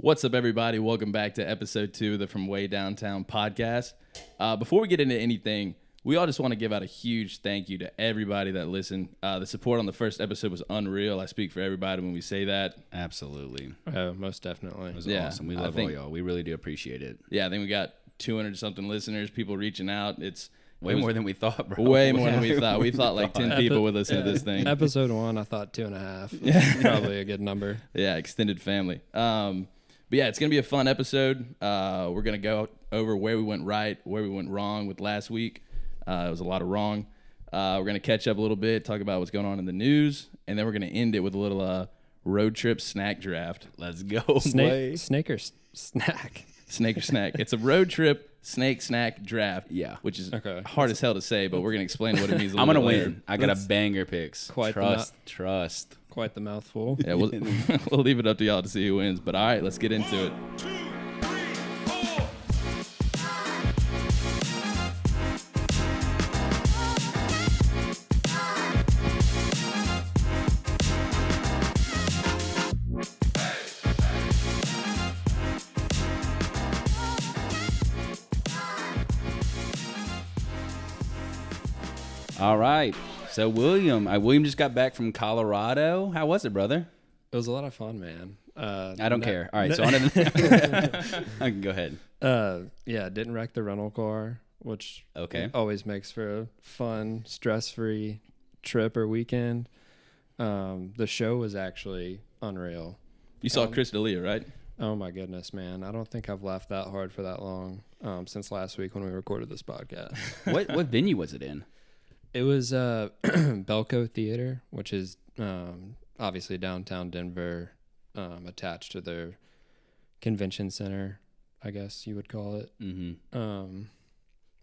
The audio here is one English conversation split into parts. What's up, everybody? Welcome back to episode two of the From Way Downtown podcast. Uh, before we get into anything, we all just want to give out a huge thank you to everybody that listened. Uh, the support on the first episode was unreal. I speak for everybody when we say that. Absolutely. It Oh, most definitely. was Yeah, awesome. We I love think- all y'all. We really do appreciate it. Yeah, I think we got 200 something listeners, people reaching out. It's Way it was more than we thought, bro. way more than we thought. We thought like 10 people would listen to this thing. Episode one, I thought two and a half. That's probably a good number. Yeah, extended family. Um, but yeah, it's gonna be a fun episode. Uh, we're gonna go over where we went right, where we went wrong with last week. Uh, it was a lot of wrong. Uh, we're gonna catch up a little bit, talk about what's going on in the news, and then we're gonna end it with a little uh, road trip snack draft. Let's go. Snake, snake or s- snack? Snake or snack? It's a road trip snake snack draft. Yeah. which is Okay. hard as hell to say, but we're gonna explain what it means. i I'm gonna win. I got a banger picks. quite the trust, trust. Quite the mouthful. Yeah, we'll, we'll leave it up to y'all to see who wins. But all right, let's get into it. two, three, four. All right. So William, uh, I William just got back from Colorado. How was it, brother? It was a lot of fun, man. Uh, I don't no- care. All right, so on to the I can go ahead. Uh, yeah, didn't wreck the rental car, which Okay. always makes for a fun, stress-free trip or weekend. Um, the show was actually unreal. You saw Chris D'Elia, right? Oh my goodness, man! I don't think I've laughed that hard for that long um, since last week when we recorded this podcast. What what venue was it in? It was uh, Belco Theater, which is um, obviously downtown Denver, um, attached to their convention center, I guess you would call it. Mm-hmm. Um,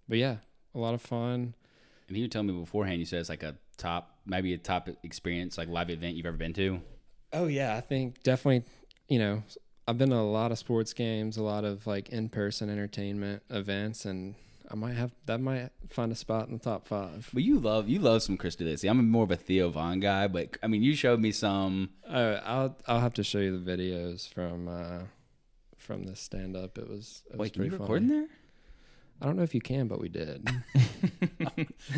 but yeah, a lot of fun. And he would tell me beforehand. You said it's like a top, maybe a top experience, like live event you've ever been to. Oh yeah, I think definitely. You know, I've been to a lot of sports games, a lot of like in-person entertainment events, and I might have that might find a spot in the top five. But you love you love some Chris D'Elia. See, I'm more of a Theo Vaughn guy, but I mean, you showed me some. Uh, I'll I'll have to show you the videos from uh, from this stand up. It was it was Wait, can you pretty record in funny. there? I don't know if you can, but we did.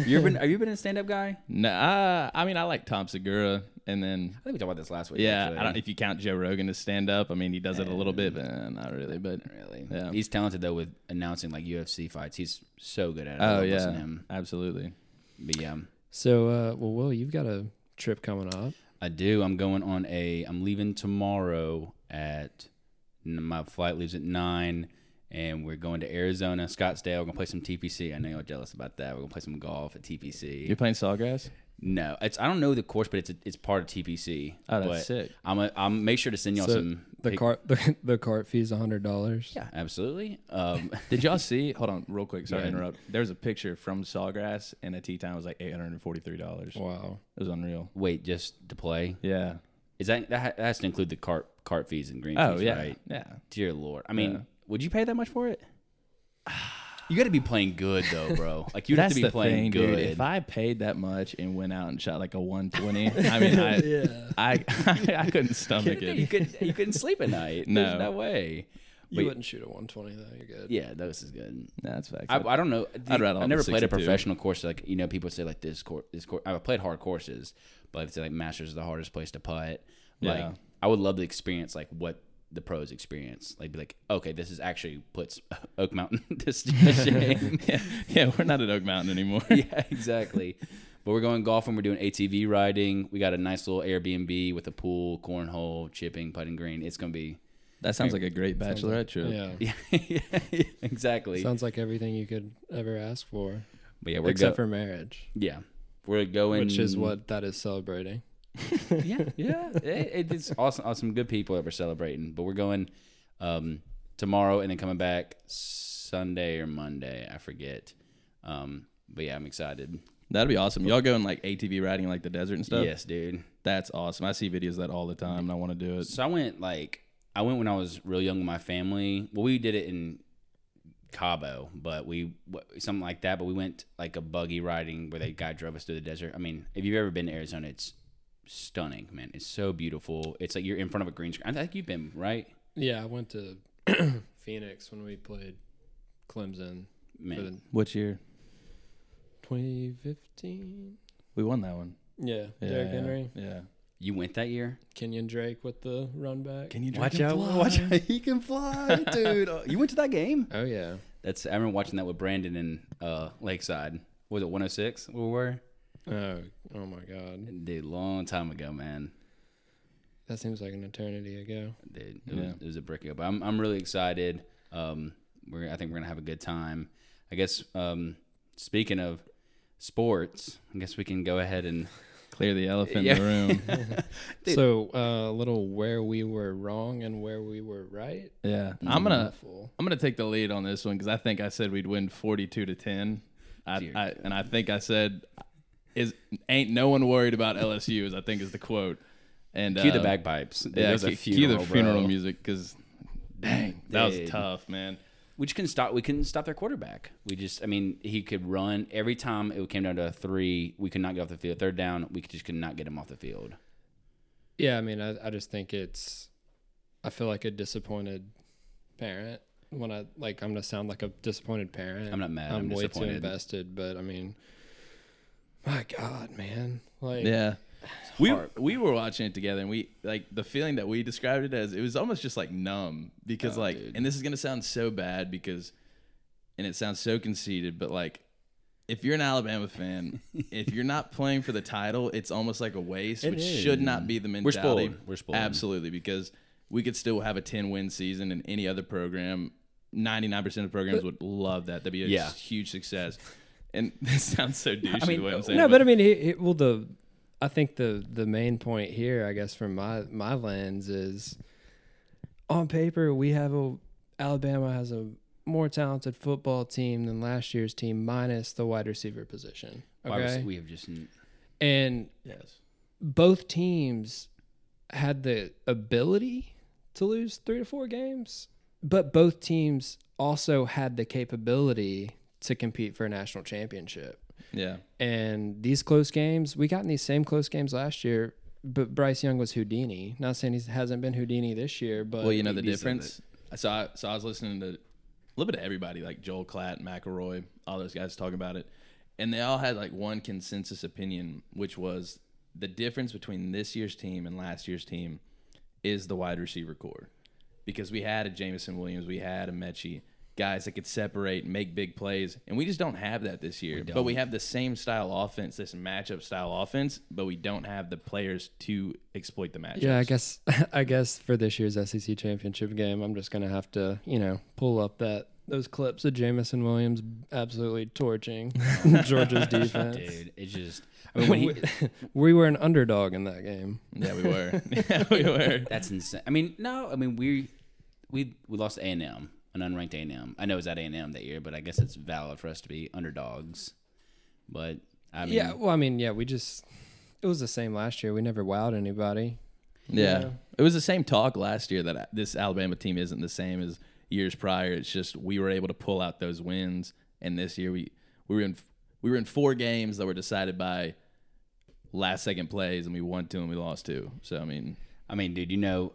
You've been, have you been a stand up guy? Nah, I mean I like Tom Segura, and then I think we talked about this last week. Yeah, actually. I don't. If you count Joe Rogan as stand up, I mean, he does it a little bit, but uh, not really. But really. Yeah. He's talented though with announcing like UFC fights. He's so good at it. I oh love yeah, listening to him. absolutely. But yeah, so, uh, well, Will, you've got a trip coming up. I do. I'm going on a. I'm leaving tomorrow at. My flight leaves at nine, and we're going to Arizona, Scottsdale. We're gonna play some TPC. I know you're jealous about that. We're gonna play some golf at TPC. You're playing Sawgrass. No, it's I don't know the course, but it's it's part of TPC. Oh, that's But sick. I'm a, I'm make sure to send y'all So some. The pic- cart the, the cart fee's a hundred dollars. Yeah, absolutely. Um, Did y'all see? Hold on, real quick. Sorry Yeah. to interrupt. There was a picture from Sawgrass, and a tee time was like eight hundred and forty three dollars. It Wow. was unreal. wait, just to play? Yeah. Is that that ha- that has to include the cart cart fees and green Oh fees, yeah. right? Yeah. Dear Lord, I mean, Yeah. would you pay that much for it? You got to be playing good though, bro. Like you'd have That's to be the thing, playing good. dude. If I paid that much and went out and shot like a one twenty, I mean, I, I, I, couldn't stomach you it. could you couldn't sleep at night. No. There's no way. You Wait. wouldn't shoot a one twenty though. You're good. Yeah, this is good. That's facts. I, I don't know. The- I'd rattle I off never the played a 62. professional course. Like you know, people say like this course, this course. I've played hard courses, but it's like Masters is the hardest place to putt. Like Yeah. I would love to experience like what the pros experience. Like be like, okay, this is actually puts Oak Mountain to shame. yeah, yeah, we're not at Oak Mountain anymore. yeah, exactly. But we're going golfing. We're doing ATV riding. We got a nice little Airbnb with a pool, cornhole, chipping, putting green. It's gonna be That sounds like a great bachelorette trip. Yeah. yeah, exactly. Sounds like everything you could ever ask for, but yeah, we're except going. for marriage, yeah, we're going. which is what that is celebrating. yeah, yeah. It, it's awesome. Awesome. Good people that we're celebrating. But we're going um, tomorrow and then coming back Sunday or Monday. I forget. Um, but yeah, I'm excited. That'd be awesome. Y'all going like ATV riding in, like the desert and stuff? Yes, dude. That's awesome. I see videos of that all the time and I want to do it. So I went like I went when I was real young with my family. Well, we did it in Cabo, but we w- something like that. But we went like a buggy riding where the guy drove us through the desert. I mean, if you've ever been to Arizona, it's stunning, man. It's so beautiful. It's like you're in front of a green screen. I think you've been right. Yeah, I went to Phoenix when we played Clemson for Man, the Which year? 2015. We won that one. Yeah, Yeah, Derrick yeah, Henry, Yeah. you went that year. Kenyon Drake with the run back. Can you Watch out! Watch out! He can fly, dude. Oh, you went to that game. oh yeah, That's I remember watching that with Brandon in uh, Lakeside. Was it 106? Where we were? oh oh my God, Dude, long time ago, man. that seems like an eternity ago. Dude, it, was, it was a brick up. I'm I'm really excited. Um, we're I think we're gonna have a good time. I guess. Um, speaking of sports, I guess we can go ahead and Clear the elephant Yeah. in the room. So uh, a little where we were wrong and where we were right. yeah. Mm-hmm. I'm Uh, gonna Full. I'm gonna take the lead on this one because I think I said we'd win 42 to 10. I, Dear I and I think I said is ain't no one worried about LSU is I think is the quote. And cue the uh, bagpipes. Dude, Yeah, there's a cue, cue funeral, the funeral bro. music because dang, that Dude. was tough, man. we just couldn't stop. We couldn't stop their quarterback. We just, I mean, he could run every time it came down to a three. We could not get off the field. Third down, we could- just could not get him off the field. Yeah, I mean, I, I just think it's. I feel like a disappointed parent when I like. I'm gonna sound like a disappointed parent. I'm not mad, I'm way too disappointed. invested, but I mean, my God, man, like Yeah. We, hard. we were watching it together and we like the feeling that we described it as it was almost just like numb Oh, because like and this is gonna sound so bad because and it sounds so conceited but like if you're an Alabama fan if you're not playing for the title it's almost like a waste which is. should not be the mentality spoiled. We're spoiled. absolutely because we could still have a 10 win season in any other program 99% of programs would love that that'd be a Yeah. huge success and this sounds so douchey mean, the way I'm saying No, it, but I mean, it, it, well, the I think the the main point here, I guess, from my my lens is, on paper, we have a Alabama has a more talented football team than last year's team, minus the wide receiver position. Why was- Okay, we have just n- and yes both teams had the ability to lose three to four games, but both teams also had the capability to compete for a national championship. yeah And these close games, we got in these same close games last year, but Bryce Young was Houdini. Not saying he hasn't been Houdini this year, but Well, you know the he said difference. So I so I was listening to a little bit of everybody, like Joel Klatt, McElroy, all those guys talking about it, and they all had like one consensus opinion, which was the difference between this year's team and last year's team is the wide receiver core, because we had a Jamison Williams, we had a Mechie, guys that could separate, and make big plays, and we just don't have that this year. but we have the same style offense, this matchup style offense, but we don't have the players to exploit the matchup. yeah, I guess I guess for this year's SEC championship game, I'm just gonna have to you know pull up that those clips of Jamison Williams absolutely torching Georgia's defense. dude. It's just, I mean, when he, we were an underdog in that game. Yeah, we were. yeah, we were. that's insane. I mean, no, I mean we we we lost A and M, an unranked A and M. I know it was at A and M that year, but I guess it's valid for us to be underdogs. But I mean, yeah, well, I mean, yeah, we just it was the same last year. We never wowed anybody. Yeah. It was the same talk last year that this Alabama team isn't the same as years prior. It's just we were able to pull out those wins, and this year we we were in we were in four games that were decided by last second plays, and we won two and we lost two. So I mean, I mean, dude, you know,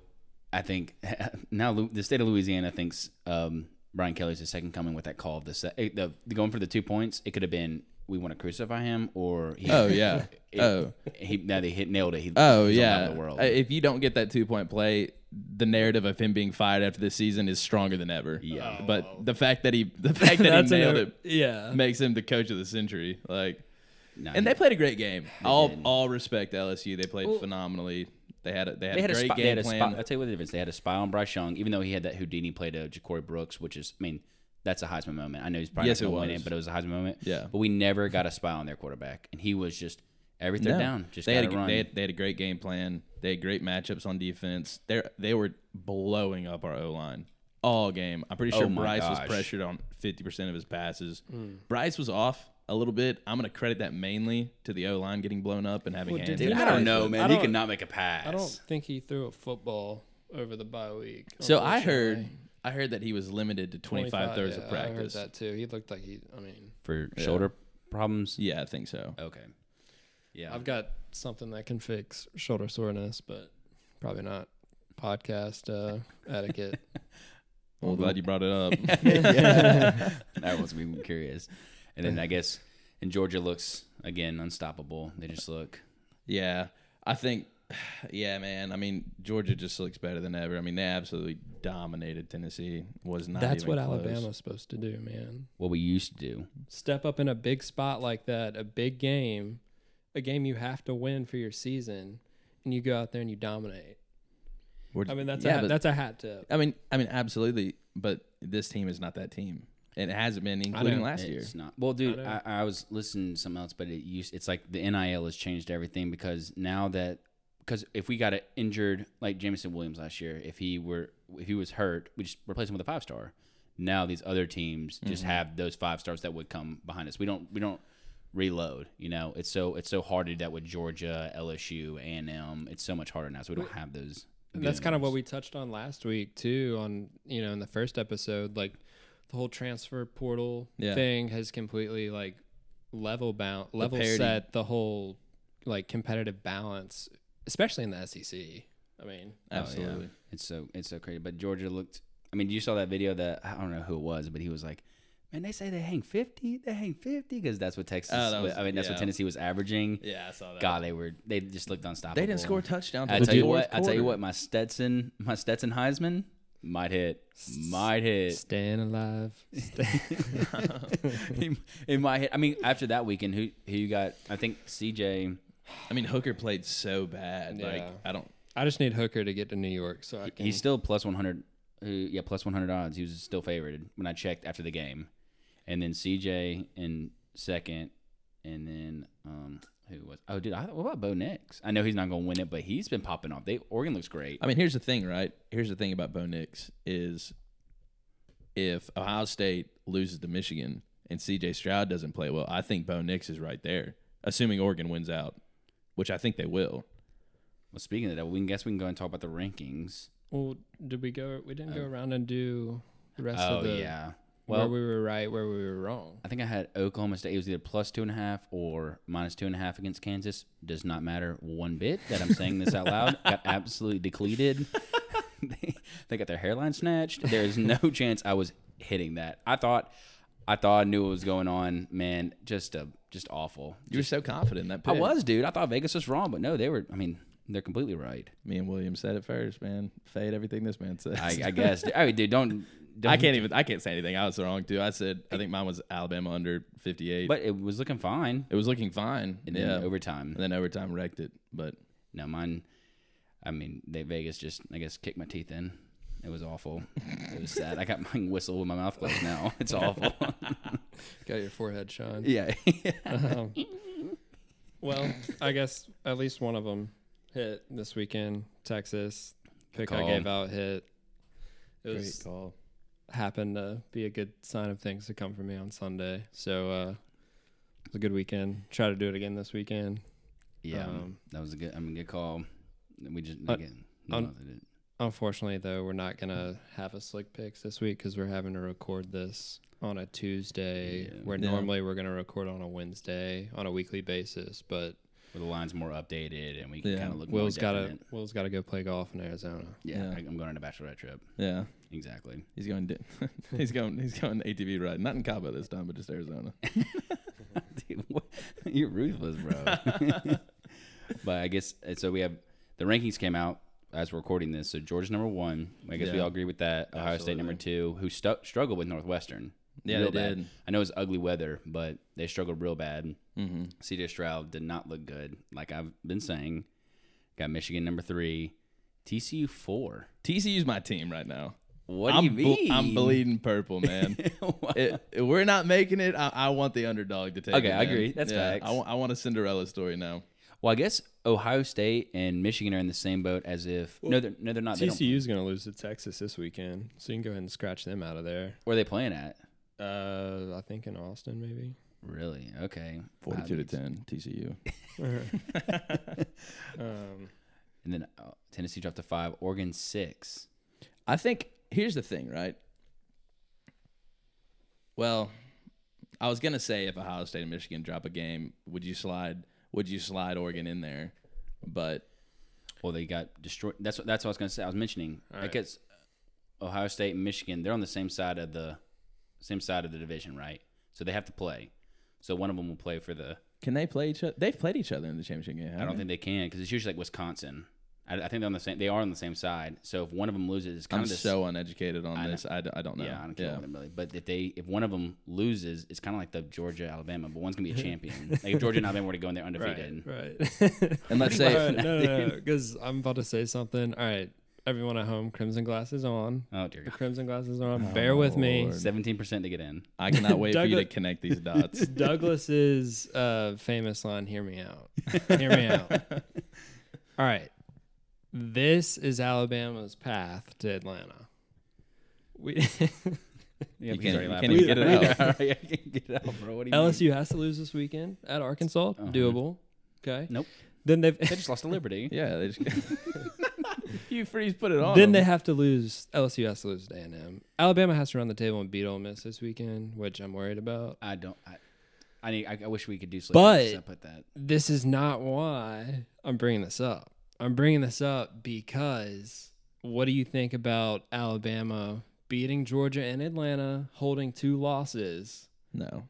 I think now Lu- the state of Louisiana thinks um, Brian Kelly's the second coming with that call of the, se- eh, the, the going for the two points. It could have been we want to crucify him or he, oh yeah, it- oh he now they hit nailed it. He, oh he's on top yeah. of the world. Uh, If you don't get that two point play. The narrative of him being fired after this season is stronger than ever. Yeah, but the fact that he, the fact that he nailed it, Yeah, makes him the coach of the century. Like, Nah, and he- they played a great game. All all respect to LSU. They played phenomenally. They had a, they had they a had a great spy, they game had a spy, plan. I'll tell you what the difference. They had a spy on Bryce Young, even though he had that Houdini play to Ja'Cory Brooks, which is, I mean, that's a Heisman moment. I know he's probably Yes, not it going to win was. it, but it was a Heisman moment. Yeah. but we never got a spy on their quarterback, and he was just every third No. down. Just they got had, to a, run. they had they had a great game plan. They had great matchups on defense. They they were blowing up our O line all game. I'm pretty sure Oh my Bryce was gosh. pressured on 50 percent of his passes. Bryce was off a little bit. I'm gonna credit that mainly to the O line getting blown up and having hands. did in he- his I I face. don't don't- know, man. I he don't- could not make a pass. I don't think he threw a football over the bye week. So I heard unfortunately. I heard that he was limited to 25, throws yeah, of practice. I heard that too. He looked like he. I mean, for shoulder problems. Yeah, I think so. Okay. Yeah. I've got something that can fix shoulder soreness, but probably not podcast uh, etiquette. Well, glad you brought it up. That was me curious. And then I guess and Georgia looks again unstoppable. They just look Yeah, I think. Yeah, man. I mean, Georgia just looks better than ever. I mean, they absolutely dominated Tennessee. Was not. That's even what close. Alabama's supposed to do, man. what we used to do. Step up in a big spot like that, a big game, a game you have to win for your season, and you go out there and you dominate. We're- I mean, that's yeah, a, but- that's a hat tip. I mean, I mean, absolutely. But this team is not that team, and it hasn't been, including know. last year. It's Oh, not. Well, dude, I I, I, was listening to something else, but it used, it's like the NIL has changed everything because now that because if we got an injured like Jameson Williams last year, if he were if he was hurt, we just replace him with a five star. Now these other teams just have those five stars that would come behind us. We don't we don't reload. You know, it's so it's so hard to do that with Georgia, LSU, A and M. It's so much harder now, so we don't have those. And that's kind of goons. what we touched on last week too on you know in the first episode like the whole transfer portal Yeah. thing has completely like level bound level parity. set the whole like competitive balance especially in the SEC. I mean, Absolutely. It's so it's so crazy. But Georgia looked. I mean, you saw that video that I don't know who it was, but he was like, "Man, they say they hang fifty. They hang fifty because that's what Texas. Oh, that was- I mean, that's yeah. what Tennessee was averaging. Yeah, I saw that. God, they were. They just looked unstoppable. They didn't score a touchdown. I till tell you the what. fourth I tell you quarter. what. My Stetson. My Stetson Heisman might hit. Might hit. staying alive. it, might hit. I mean, after that weekend, who who you got? I think CJ. I mean, Hooker played so bad. Like, Yeah. I don't. I just need Hooker to get to New York so I can He's still plus one hundred. Uh, yeah, plus one hundred odds. He was still favored when I checked after the game, and then CJ in second, and then um, who was? Oh, dude, I, what about Bo Nix? I know he's not going to win it, but he's been popping off. They Oregon looks great. I mean, here's the thing, right? Here's the thing about Bo Nix is if Ohio State loses to Michigan and CJ Stroud doesn't play well, I think Bo Nix is right there, assuming Oregon wins out, which I think they will. Well, speaking of that, we can guess we can go and talk about the rankings. Well, did we go we didn't go around and do the rest oh of the yeah. where Well, we were right, where we were wrong. I think I had Oklahoma State. It was either plus two and a half or minus two and a half against Kansas. Does not matter one bit that I'm saying this out loud. Got absolutely depleted. they, they got their hairline snatched. There is no chance I was hitting that. I thought, I thought I knew what was going on. Man, just a just awful. You were so confident in that. I pick. was, dude. I thought Vegas was wrong, but no, they were. I mean, they're completely right. Me and William said it first, man. Fade everything this man says. I, I guess. I mean, dude, don't. don't I can't even. I can't say anything. I was wrong too. I said I think mine was Alabama under 58. But it was looking fine. it was looking fine. And yeah. then overtime. and then overtime wrecked it. But No, mine. I mean, they Vegas just I guess kicked my teeth in. It was awful. It was sad. I got my whistle with my mouth closed now. It's awful. Got your forehead, Sean. yeah. Um, well, I guess at least one of them hit this weekend. Texas pick I call. gave out hit. It great was call. happened to be a good sign of things to come for me on Sunday. So uh, it was a good weekend. Try to do it again this weekend. Yeah. Um, that was a good. I mean, good call. We just Uh, again. no, un- they didn't. Unfortunately, though, we're not gonna have a slick picks this week because we're having to record this on a Tuesday, Yeah. where Yeah. normally we're gonna record on a Wednesday on a weekly basis. But Well, the line's more updated, and we can Yeah. kind of look. Will's more gotta definite. Will's gotta go play golf in Arizona. Yeah, Yeah. I, I'm going on a bachelorette trip. Yeah. Exactly. He's going. To, he's going. He's going ATV ride. Not in Cabo this time, but just Arizona. Dude, what? You're ruthless, bro. but I guess and so. We have the rankings came out as we're recording this. So Georgia's number one. I guess we Yeah. all agree with that. Ohio State number two, who stu- struggled with Northwestern. Yeah, real they bad. did. I know it's ugly weather, but they struggled real bad. Mm-hmm. CJ Stroud did not look good, like I've been saying. Got Michigan number three, TCU four. TCU's my team right now. What I'm do you bu- mean? I'm bleeding purple, man. What? It- it- we're not making it. I, I want the underdog to take. Okay, it, I man. agree. That's facts. I, wa- I want a Cinderella story now. well, I guess Ohio State and Michigan are in the same boat as if no, they're no, they're not. They don't- TCU's going to lose to Texas this weekend, so you can go ahead and scratch them out of there. where are they playing at? Uh, I think in Austin, maybe. Really? Okay. Forty-two to Obvious. ten, TCU. Um, And then uh, Tennessee dropped to five. Oregon six. I think here's the thing, right? Well, I was gonna say if Ohio State and Michigan drop a game, would you slide? Would you slide Oregon in there? But Well, they got destroyed. That's what that's what I was gonna say. I was mentioning All I right. guess Ohio State and Michigan. They're on the same side of the same side of the division, right? So they have to play. So one of them will play for the. Can they play each other? They've played each other in the championship game. I don't think they can because it's usually like Wisconsin. I, I think they're on the same. They are on the same side. So if one of them loses, it's kind I'm of this, so uneducated on I know. this. I, d- I don't know. Yeah, I don't care about them really. But if they, if one of them loses, it's kind of like the Georgia Alabama, but one's gonna be a champion. like if Georgia and Alabama were to go in there undefeated, Right. And let's say All right, no, no, because I'm about to say something. All right, everyone at home, crimson glasses on. oh dear, The crimson glasses are on. Bear with me. Lord. seventeen percent to get in. I cannot wait for you to Douglas- connect these dots. Douglas's uh, famous line, hear me out. Hear me out. All right. This is Alabama's path to Atlanta. We, Yeah, You he's can't- already you laughing. can't even get it We- out. All right, I can't get it out, bro. What do you mean? LSU has to lose this weekend at Arkansas. Doable. Okay. Nope. Then they've They just lost to Liberty. yeah, they just you freeze put it on. then they them. have to lose LSU has to lose to A&M. Alabama has to run the table and beat Ole Miss this weekend, which I'm worried about. I don't. I, I need. I, I wish we could do sleep. But- I put that. this is not why I'm bringing this up. I'm bringing this up because what do you think about Alabama beating Georgia and Atlanta, holding two losses? no.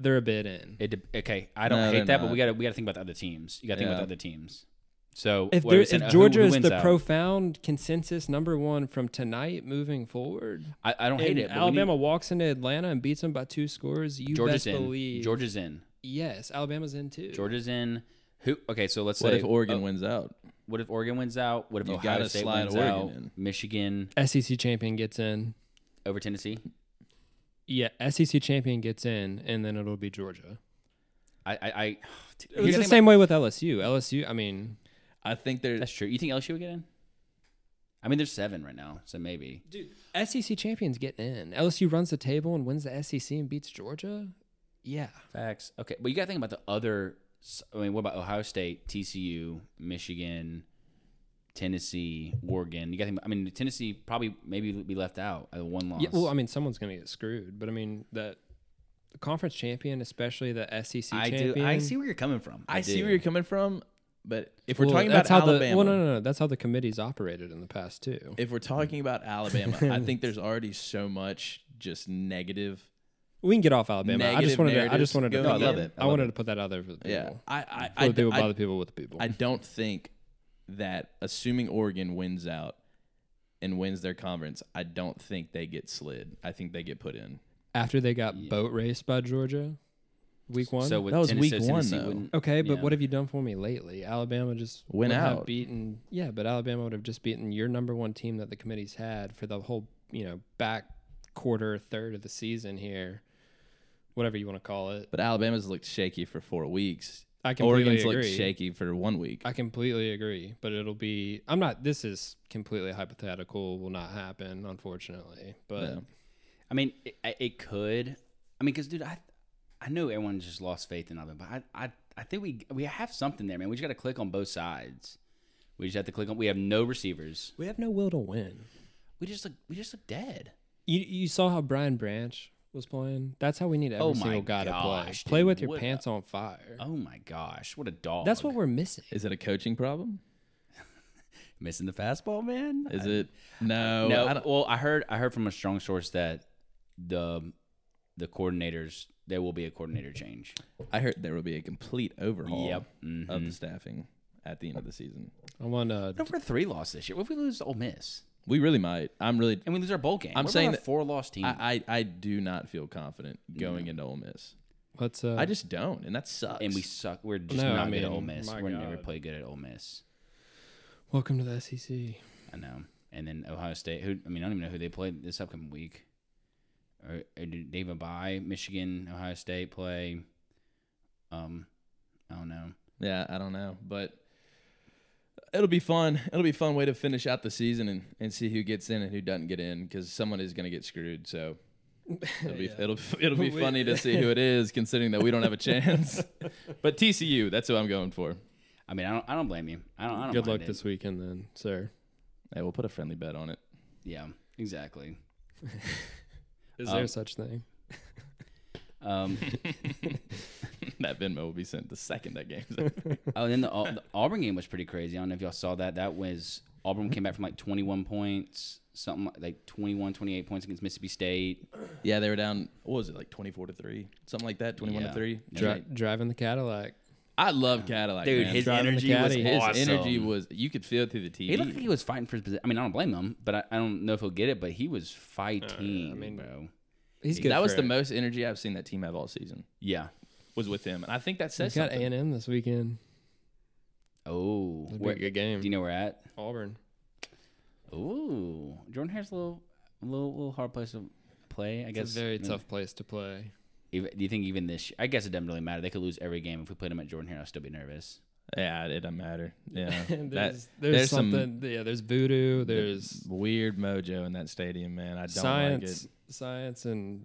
They're a bit in. It, de- okay, I don't No, they're hate that, not. but we gotta we gotta think about the other teams. You gotta think Yeah. about the other teams. So If, what are there, we if saying? Uh, who- Georgia who is wins the out? profaned consensus number one from tonight moving forward, I, I don't hate and it. but we need- Alabama walks into Atlanta and beats them by two scores, you Georgia's best in. believe. Georgia's in. yes, Alabama's in too. Georgia's in. Who? Okay, so let's What say if Oregon oh, wins out? what if Oregon wins out? What if You Ohio gotta State slide wins Oregon out? in. Michigan SEC E champion gets in. over Tennessee. Yeah, SEC champion gets in, and then it'll be Georgia. I I. I It was Here's the thing same way with LSU. LSU, I mean, I think about- they're That's true. You think LSU will get in? I mean, there's seven right now, so maybe. SEC E champions getting in. LSU runs the table and wins the SEC and beats Georgia. Yeah, Facts. Okay, but you got to think about the other. s- I mean, what about Ohio State, TCU, Michigan, Tennessee, Oregon? You got to think. I mean, Tennessee probably maybe be left out at one loss. yeah. Well, I mean, someone's gonna get screwed, but I mean that the conference champion, especially the SEC I champion. do. I see where you're coming from. I, see do. where you're coming from, but if we're Well, talking about that's how Alabama, the well, no, no, no. That's how the committee's operated in the past too. if we're talking about Alabama, I think there's already so much just negative. We can get off Alabama. I Negative just wanted. To, I narratives just wanted to. going put No, I that- love it. I I, love wanted it. to put that out there for the people. Yeah, I I For I, the people, I, by the people, with the people. I don't think that assuming Oregon wins out and wins their conference, I don't think they get slid. I think they get put in. After they got boat raced by Georgia, week one. So with That was Tennessee, week one, Tennessee though. wouldn't- Okay, but Yeah. what have you done for me lately? Alabama just Went would have out. beaten. Yeah, but Alabama would have just beaten your number one team that the committee's had for the whole, you know, back quarter, third of the season here, whatever you want to call it. But Alabama's looked shaky for four weeks. I completely Oregon's agree. looked shaky for one week. I completely agree, but it'll be. I'm not. This is completely hypothetical. Will not happen, unfortunately. But Yeah. I mean, it, I- it could. I mean, because dude, I I know everyone just lost faith in Alabama, but I I, I think we we have something there, man. We just got to click on both sides. We just have to click on. We have no receivers. we have no will to win. We just look. We just look dead. You you saw how Brian Branch was playing. That's how we need every Oh my single guy gosh, to play. Play dude, with your what a- pants on fire. Oh my gosh, what a dog! That's what we're missing. Is it a coaching problem? missing the fastball, man. Is it no? no, I don't, well, I heard I heard from a strong source that the the coordinators there will be a coordinator change. I heard there will be a complete overhaul Yep. Mhm. of the staffing at the end of the season. I want to. What if we're three loss this year? What if we lose to Ole Miss We really might. I'm really. and we lose our bowl game? I'm What about saying a that- four loss team. I, I I do not feel confident going into Ole Miss. Let's. Uh, I just don't, and that sucks. and we suck. We're just No, I not good at mean, oh Ole Miss. my We're never God. play good at Ole Miss. welcome to the E SEC. I know. And then Ohio State. Who? I mean, I don't even know who they played this upcoming week. Or, or did they have a bye? Michigan, Ohio State play. Um, I don't know. yeah, I don't know, but it'll be fun. It'll be a fun way to finish out the season and, and see who gets in and who doesn't get in because someone is going to get screwed. So it'll be it'll it'll be We- funny to see who it is, considering that we don't have a chance. but TCU, that's who I'm going for. I mean, I don't. I don't blame you. I don't. I don't Good mind luck it. this weekend, then, sir. Hey, we'll put a friendly bet on it. Yeah. Exactly. Is Um, there such thing? Um, that Venmo will be sent the second that game's over. Oh, and then the, Au- the Auburn game was pretty crazy. I don't know if y'all saw that. That was Auburn came back from like 21 points, something like, like 21, 28 points against Mississippi State. yeah, they were down. What was it like twenty four to three, something like that, twenty one Yeah. to three. Yeah. Right. Dri- driving the Cadillac. I love Cadillac, Dude, man. his Driving energy the was caddy. His awesome. energy was you could feel it through the TV. He looked like he was fighting for his position. I mean, I don't blame him, but I, I don't know if he'll get it. But he was fighting, Uh, mean- bro. He's good. that for was the it. most energy I've seen that team have all season. Yeah. Was with him, and I think that says He's got something. A and M this weekend. Oh, It'll be where, a good do game. you know where at? Auburn. Ooh, Jordan Hare's a little, little, little hard place to play. I guess It's a very I mean, tough place to play. Even, do you think even this? I guess it doesn't really matter. They could lose every game. If we played them at Jordan Hare, I'd still be nervous. yeah, it doesn't matter. Yeah, there's, That- there's, some something. yeah, there's voodoo. There's weird mojo in that stadium, man. I don't like it. science, science, and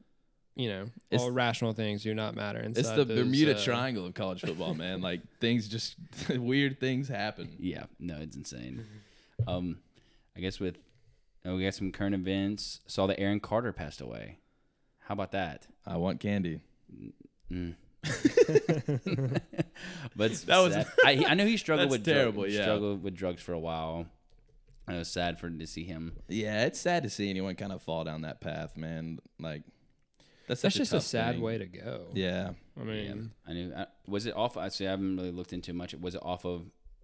you know It's- all rational things do not matter. Inside It's the those, Bermuda uh, Triangle of college football, man. Like things just weird things happen. Yeah, no, it's insane. um, I guess with oh, we got some current events. Saw that Aaron Carter passed away. How about that? I want candy. Mm. but That was- sad. I, I know he struggled That's with drug- terrible, yeah. struggled with drugs for a while. I was sad for to see him. Yeah, it's sad to see anyone kind of fall down that path, man. Like that's That's such just a, tough sad thing. way to go. Yeah, I Yeah, mean, I knew. I, was it off? I see. I haven't really looked into much. Was it off of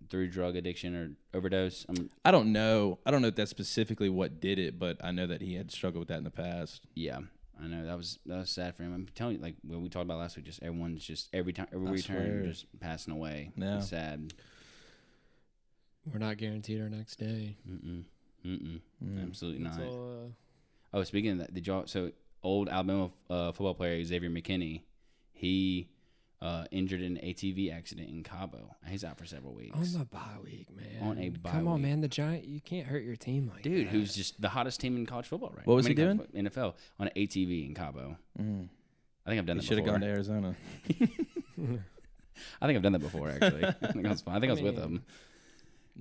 through drug addiction or overdose? Um, I don't know. I don't know if that's specifically what did it, but I know that he had struggled with that in the past. yeah, I know that was that was sad for him. I'm telling you, like what we talked about last week, just everyone's just every time every I return swear. just passing away. Yeah. It's sad. we're not guaranteed our next day. Mm-mm. Mm-mm. Mm. Absolutely That's not. all, uh, Oh, speaking of that, did y'all? So old Alabama uh, football player Xavier McKinney, he uh, injured in an ATV accident in Cabo. He's out for several weeks. on the bye week, man. On a bye Come on, week. man. The giant. You can't hurt your team like Dude, that. who's just the hottest team in college football right What now. was I mean, he college football- NFL on an ATV in Cabo. I think I've done Mm. He that should have before. gone to Arizona. I think I've done that before actually. I think I was, fine. I, think I was with him.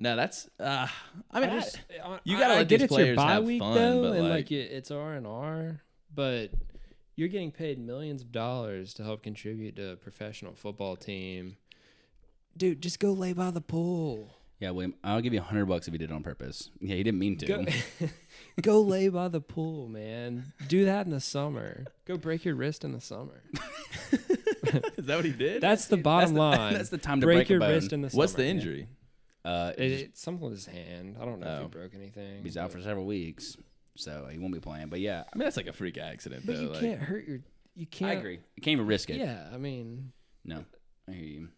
No, that's. Uh, I mean, I just- I- you I- gotta I let get these it's your players bye have week fun, though, but, and like- like it, it's R and R, but you're getting paid millions of dollars to help contribute to a professional football team. Dude, just go lay by the pool. Yeah, William, I'll give you a hundred bucks if he did it on purpose. Yeah, he didn't mean to. Go, go lay by the pool, man. Do that in the summer. Go break your wrist in the summer. is that what he did? That's the bottom the- line. that's the time to break, break a your bone. wrist in the summer. What's the injury? Uh, It, it's something with his hand. I don't know if Oh. he broke anything. he's out but- for several weeks, so he won't be playing. But yeah, I mean, that's like a freak accident, But though. you like, can't hurt your. You can't. I agree. You can't even risk it. Yeah, I mean, No, I hear you.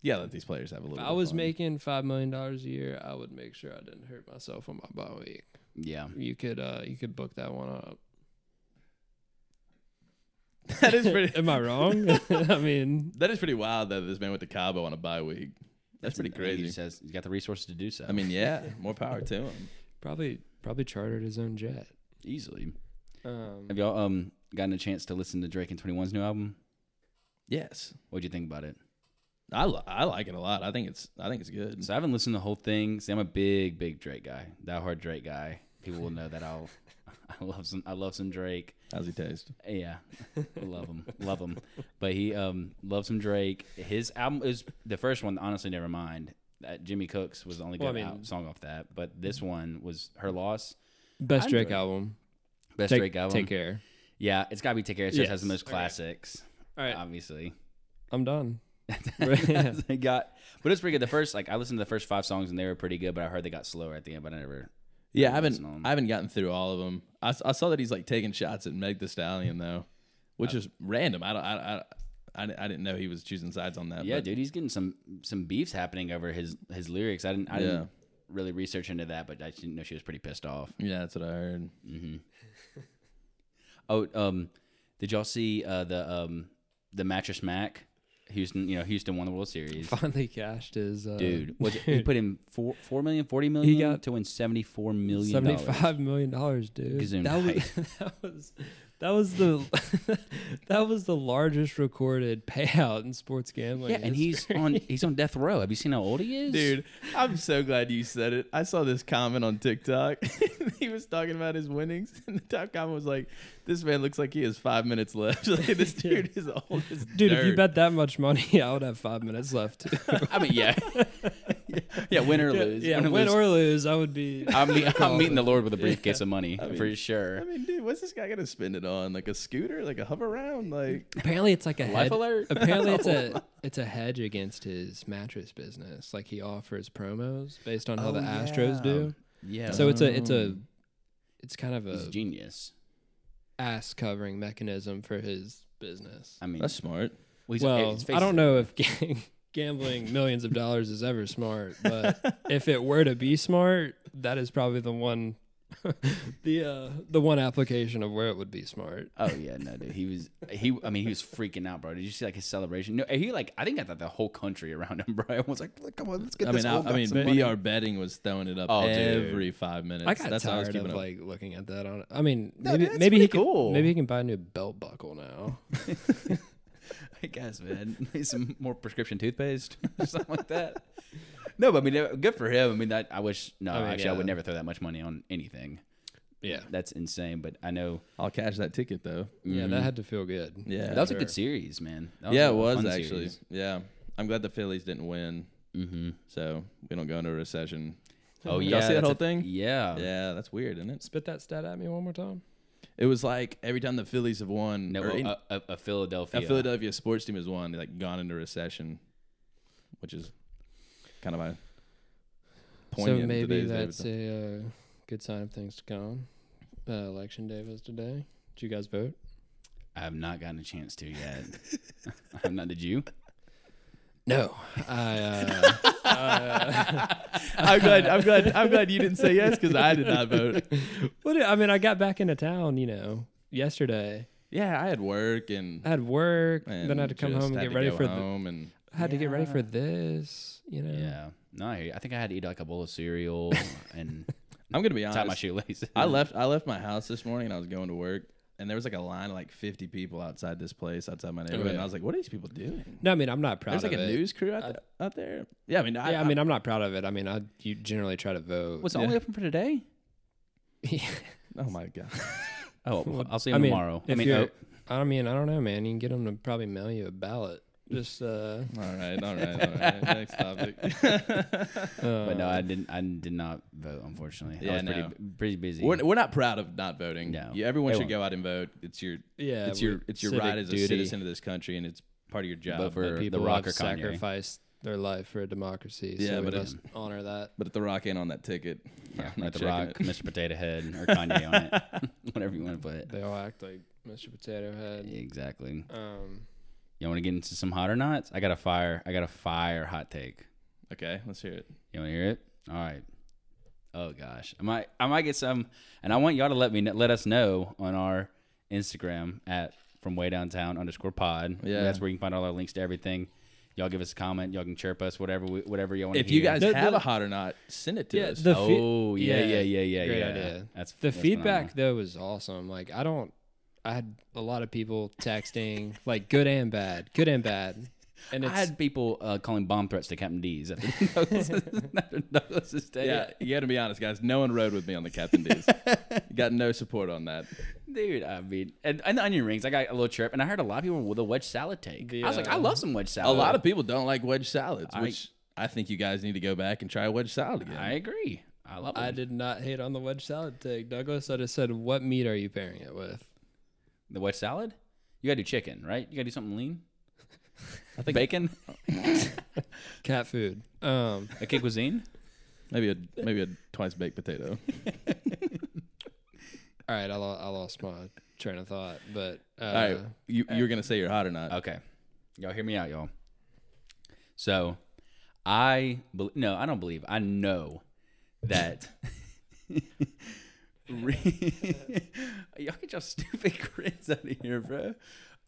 yeah, let these players have a little. if bit I of was fun. making five million dollars a year, I would make sure I didn't hurt myself on my bye week. Yeah, You could, uh, you could book that one up. that is pretty. Am I wrong? I mean, That is pretty wild that this man went to Cabo on a bye week. That's, pretty He crazy. just has, he's got the resources to do so. I mean, yeah, more power to him. probably, probably chartered his own jet. easily. Um, Have y'all um gotten a chance to listen to Drake and 21's new album? Yes, What'd you think about it? I, li- I like it a lot. I think it's I think it's good. So I haven't listened to the whole thing. See, I'm a big, big Drake guy. That hard Drake guy. People will know that I'll, I love some, I love some Drake. How's he taste? Yeah, love him, love him. But he um loves some Drake. His album is the first one. Honestly, never mind. That Jimmy Cooks was the only good Well, I mean- out- song off that. But this one was her loss. best I Drake enjoy- album. Best take, Drake album. Take care. Yeah, it's got to be Take Care. It just has the Yes. most All right. classics, All right, obviously. I'm done. Yeah. they got, but it's pretty good. The first, like, I listened to the first five songs and they were pretty good, but I heard they got slower at the end. But I never, Yeah, I listened to haven't 'em. I haven't gotten through all of them. I, s- I saw that he's like taking shots at Meg The Stallion though, which is random. I don't I, I, I, I didn't know he was choosing sides on that. yeah, but dude, he's getting some some beefs happening over his his lyrics. I didn't, I Yeah. didn't really research into that, but I just didn't know she was pretty pissed off. yeah, that's what I heard. Oh, um, did y'all see uh the um the mattress Mac? Houston, you know, Houston won the World Series. Finally cashed his uh, Dude, was it, he put in four four million, forty million got to win seventy four million. dollars. Seventy-five million dollars, dude. Gesundheit. That was, that was That was the that was the largest recorded payout in sports gambling. Yeah, and he's on he's on death row. Have you seen how old he is, Dude, I'm so glad you said it. I saw this comment on TikTok. he was talking about his winnings, and the top comment was like, "This man looks like he has five minutes left. like, this dude is old as dude. If you dirt." bet that much money, I would have five minutes left. I mean, yeah, yeah, win or lose. yeah, win or win lose. or lose, I would be. I'm, meet- I'm meeting the Lord with a briefcase of money for sure. I mean, dude, what's this guy gonna spend it on? Like a scooter? Like a hover round? Like Apparently, it's like a Life Oh. alert. Apparently, it's a it's a hedge against his mattress business. Like he offers promos based on how the Astros do. Oh, Yeah, Mm. So it's a it's a it's kind of he's a genius. ass covering mechanism for his business. I mean, that's smart. well, he's- Well, his face I don't is- know if ga- gambling millions of dollars is ever smart, but if it were to be smart, that is probably the one the uh the one application of where it would be smart. Oh yeah, no, dude. He was he. I mean, he was freaking out, bro. Did you see like his celebration? No, he like I think I thought the whole country around him, bro. Everyone was like, "Come on, let's get I this mean, I, whole I mean, BR betting was throwing it up Oh, dude. every five minutes. I got that's how I was tired keeping of up. like looking at that on. I mean, No, maybe dude, that's maybe he pretty cool. can maybe he can buy a new belt buckle now. I guess, man. Need some more prescription toothpaste or something like that. No, but I mean, uh, good for him. I mean, that I wish. No, I mean, actually, I would yeah. never throw that much money on anything. yeah, That's insane. But I know mm-hmm. I'll cash that ticket though. yeah, that had to feel good. Mm-hmm. Yeah, that was a sure. good series, man. That yeah, a it was fun actually. series. Yeah, I'm glad the Phillies didn't win, so we don't go into a recession. Mm-hmm. Oh Did yeah, y'all see that that's whole a- thing? Yeah, Yeah, that's weird, isn't it? Spit that stat at me one more time. It was like every time the Phillies have won, No, or well, uh, any- a, a, a Philadelphia. a Philadelphia sports team has won, like gone into recession, which is kind of a poignant. so in maybe today's day that's with a uh, good sign of things to come. Uh, election day was today. Did you guys vote? I have not gotten a chance to yet. I have not. Did you? No, I. Uh, the- I'm glad. I'm glad. I'm glad you didn't say yes because I did not vote. what did- I mean, I got back into town. You know, yesterday Yeah, I had work and, I had work. and then I had to come just home and had get to ready go for. The, home and I had to get ready for this. You know. Yeah. No, I, hear you. I think I had to eat like a bowl of cereal and I'm gonna be tie my honest. shoelaces. I left. I left my house this morning and I was going to work. And there was like a line of like 50 people outside this place, outside my neighborhood. And I Oh, yeah. was like, what are these people doing? No, I mean I'm not proud There's of like a it. news crew out, th- out there. Yeah, I mean, I, yeah, I mean I'm not proud of it. I mean I you generally try to vote. Was it only open for today? oh my God. Oh, I'll see you I mean, tomorrow. I if mean, you're- oh, I mean, I don't know, man. You can get them to probably mail you a ballot. Just uh, all right. All right. All right. Next topic. but uh, no, I didn't. I did not vote. Unfortunately, Yeah, I was pretty no. pretty busy. We're, we're not proud of not voting. No. Yeah, everyone They should won't. Uh, go out and vote. It's your Yeah, it's your we- it's your civic right as a duty. citizen of this country, and it's part of your job. Vote for but, the people Rock have or Kanye. sacrificed their life for a democracy. Yeah, so but we it- must honor that. but if the Rock ain't on that ticket, yeah, I'm not with the checking Rock, it. Mr. Potato Head, or Kanye on it, whatever you want to put. They all act like Mr. Potato Head. Exactly. Um, You want to get into some hot or nots? I got a fire. I got a fire hot take. Okay, let's hear it. You want to hear it? All right. Oh gosh, I might I might get some, and I want y'all to let me let us know on our Instagram at from way downtown underscore pod. Yeah. that's where you can find all our links to everything. Y'all give us a comment. Y'all can chirp us, whatever we, whatever y'all want. If you guys No, have the- a hot or not, send it to us. the oh yeah, yeah, yeah, yeah, Great yeah. idea. That's The that's feedback phenomenal. though was awesome. Like I don't, I had a lot of people texting, like good and bad, good and bad, and it's I had people uh, calling bomb threats to Captain D's after Douglas's, after Douglas's day. yeah, you got to be honest, guys. No one rode with me on the Captain D's. got no support on that. Dude, I mean, and, and the onion rings. I got a little chirp, and I heard a lot of people with a wedge salad take. I was like, uh, I love some wedge A salad. lot of people don't like wedge salads, I- which I think you guys need to go back and try wedge salad again. I agree. I love. I it. did not hate on the wedge salad take, Douglas. I just said, what meat are you pairing it with? The wedge salad? You gotta do chicken, right? You gotta do something lean. I think bacon. Cat food. Um, a kid cuisine. Maybe a maybe a twice baked potato. all right, I, lo- I lost my train of thought, but uh, All right, you you were gonna say you're hot or not? Okay, y'all hear me out, y'all. So, I bel no, I don't believe. I know that. Re- y'all get y'all stupid grins out of here, bro.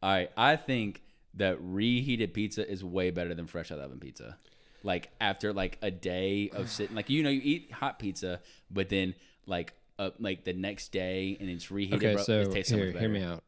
All right, I think that reheated pizza is way better than fresh out of the oven pizza. Like after like a day of sitting, like you know, you eat hot pizza, but then like up like the next day and it's reheated. Okay, bro, so it tastes so much here, hear me better. out.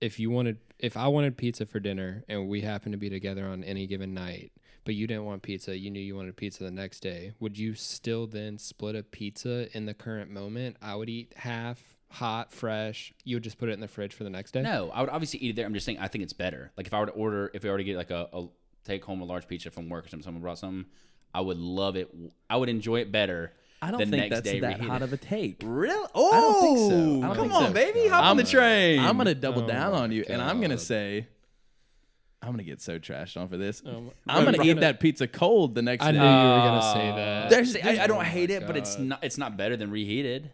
If you wanted, if I wanted pizza for dinner and we happened to be together on any given night, but you didn't want pizza, you knew you wanted pizza the next day, would you still then split a pizza in the current moment? I would eat half, hot, fresh. You would just put it in the fridge for the next day? No, I would obviously eat it there. I'm just saying I think it's better. Like if I were to order, if we were to get like a, a take home a large pizza from work or something, someone brought something, I would love it. I would enjoy it better. I don't the think next that's day that reheated. hot of a take. Really? I don't think so. I Oh, don't come think on, so. baby. Hop I'm on the the train. I'm gonna double Oh down my on you, and I'm gonna God. say, I'm gonna get so trashed on for this. Oh my- I'm gonna I'm eat gonna- that pizza cold the next I knew day. you were gonna Uh, say that. There's, I, I don't Oh hate my it, but it's God. not. It's not better than reheated.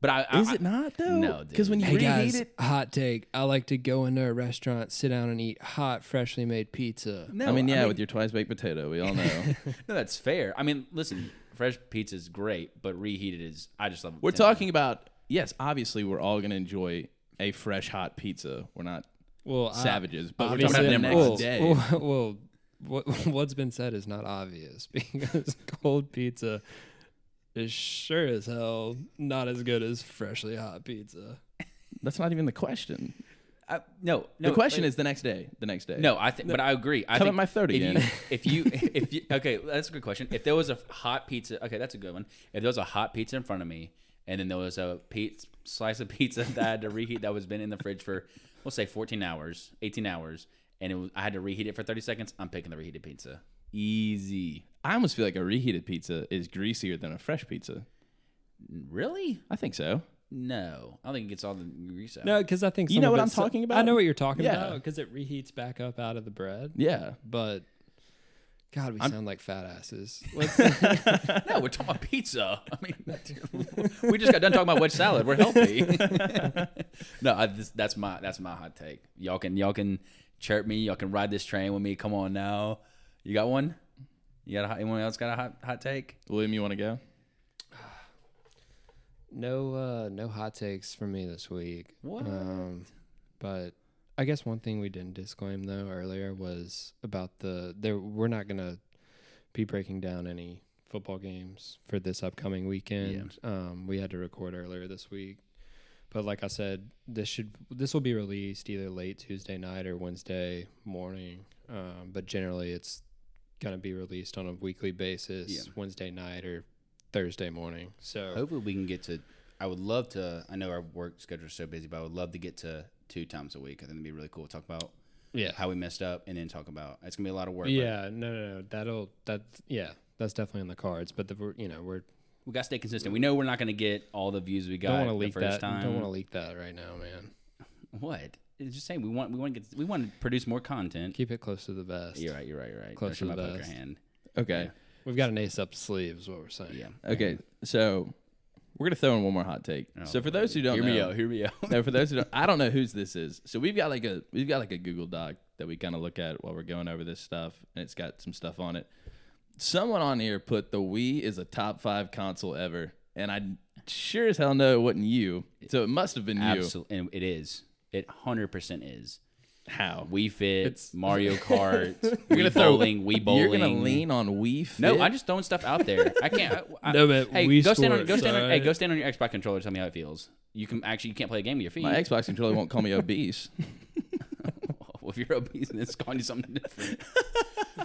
But I, I Is it not though? No, dude. because when you Hey reheat guys, it, hot take. I like to go into a restaurant, sit down, and eat hot, freshly made pizza. No, I mean, yeah, with your twice baked potato, we all know. no, that's fair. I mean, listen, fresh pizza is great, but reheated is. I just love. it. We're talking about yes, obviously we're all gonna enjoy a fresh hot pizza. We're not Well, savages, but we're Ah, obviously- talking about the next well, day. Well, well, what what's been said is not obvious because cold pizza is sure as hell not as good as freshly hot pizza. That's not even the question. I, no, no. the question like- is the next day. The next day. No, I think, but I agree. I Come at think my throat if again. You, if you, if you, okay, that's a good question. If there was a hot pizza, okay, that's a good one. If there was a hot pizza in front of me, and then there was a pizza, slice of pizza that I had to reheat that was been in the fridge for, we'll say, fourteen hours, eighteen hours, and it was, I had to reheat it for thirty seconds, I'm picking the reheated pizza. Easy. I almost feel like a reheated pizza is greasier than a fresh pizza. Really? I think so. No, I don't think it gets all the grease out. No, because I think You some know of what it's- I'm talking I about? know what you're talking Yeah. about because it reheats back up out of the bread. Yeah. But God, we sound like fat asses. no, we're talking about pizza. I mean, we just got done talking about wedge salad. We're healthy. no, I, this, that's my that's my hot take. Y'all can y'all can chirp me. Y'all can ride this train with me. Come on now. You got one? You got a hot, anyone else got a hot hot take? William, you want to go? No, uh, no hot takes for me this week. What? Um, but I guess one thing we didn't disclaim though earlier was about the there. We're not gonna be breaking down any football games for this upcoming weekend. Um, we had to record earlier this week, but like I said, this should this will be released either late Tuesday night or Wednesday morning. Um, but generally, it's gonna be released on a weekly basis, Yeah. Wednesday night or Thursday morning. So. Hopefully we can get to. I would love to. I know our work schedule is so busy, but I would love to get to two times a week. I think it'd be really cool. Talk about Yeah. how we messed up, and then talk about it's gonna be a lot of work. Yeah, no, no, no. That'll that. Yeah, that's definitely on the cards. But the you know we're we gotta stay consistent. We know we're not gonna get all the views we got. don't want to the leak first that. Time. Don't want to leak that right now, man. What? It's just saying we want we want to get we want to produce more content. Keep it close to the vest. You're right. You're right. You're right. Close Don't to show the my poker vest. hand. Okay. We've got an ace up sleeve, is what we're saying. Yeah. Oh, Okay. So we're gonna throw in one more hot take. so for those who don't Hear know, me out. Hear me out. no, for those who don't, I don't know whose this is. So we've got like a we've got like a Google Doc that we kind of look at while we're going over this stuff, and it's got some stuff on it. Someone on here put the Wii is a top five console ever, and I sure as hell know it wasn't you. So it must have been you. Absolutely. And it is. It hundred percent is. How? We fit Mario Kart. we gonna throw- bowling. We bowling. You're gonna lean on Wii? Fit? No, I'm just throwing stuff out there. I can't. I, I- No, but hey, we go stand on. scored, Go stand on. Hey, alright? go stand on your Xbox controller. Tell me how it feels. You can actually. You can't play a game with your feet. my Xbox controller won't call me obese. Well, if you're obese, then it's calling you something different.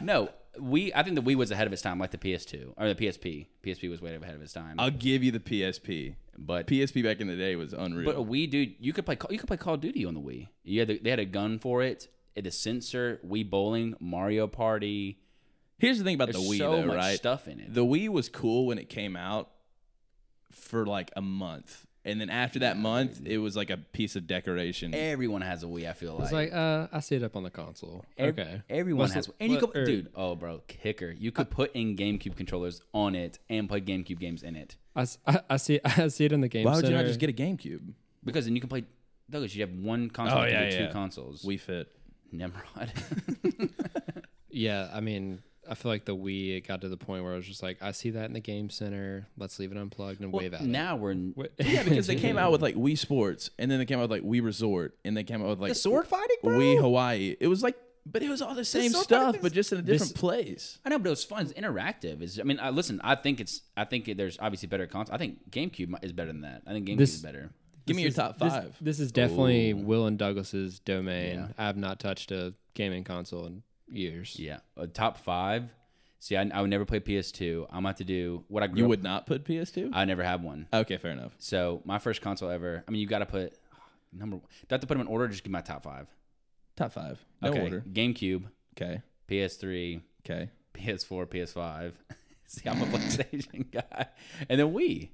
no, we. I think the Wii was ahead of its time, like the PS2 or the PSP. PSP was way ahead of its time. I'll give you the PSP. but PSP back in the day was unreal. but a Wii, dude, you could play. Call- You could play Call of Duty on the Wii. You had the, they had a gun for it. It a sensor. Wii bowling, Mario Party. Here's the thing about There's the Wii, so though, much right? stuff in it. The Wii was cool when it came out for like a month, and then after that month, it was like a piece of decoration. Everyone has a Wii. I feel like. It's like uh, I see it up on the console. Ev- okay. Everyone What's has the- one. And you what- could, or- dude, oh, bro, kicker. You could put in GameCube controllers on it and play GameCube games in it. I, s- I- I see I see it in the game. Why would center. you not just get a GameCube? Because then you can play. Douglas, you have one console, Oh, you can yeah, do yeah. two consoles. Wii Fit. Nimrod. Yeah, I mean. I feel like the Wii it got to the point where I was just like, I see that in the game center. Let's leave it unplugged and wave at it. now we're in. Wait- Yeah, because they came out with like Wii Sports, and then they came out with like Wii Resort, and they came out with like sword fighting, bro? Wii Hawaii. It was like But it was all the same so stuff, fucking- but just in a different place. I know, but it was fun. It's interactive. It's, I mean, I, listen, I think it's. I think it- there's obviously better content. I think GameCube mi- is better than that. I think GameCube This- is better. Give me your is- top this- five. This, is definitely Will and Douglas's domain. I've not touched a gaming console in years. Yeah, uh, top five. See, I, I would never play PS2. I'm about to do what I grew you up. would not put PS2? I never had one. okay, fair enough. So my first console ever. I mean, you got to put number. Do I have to put them in order? Or just give my top five. Top five. No okay. order. GameCube, Okay. PS3, Okay. PS4, PS5. See, I'm a PlayStation guy, and then Wii.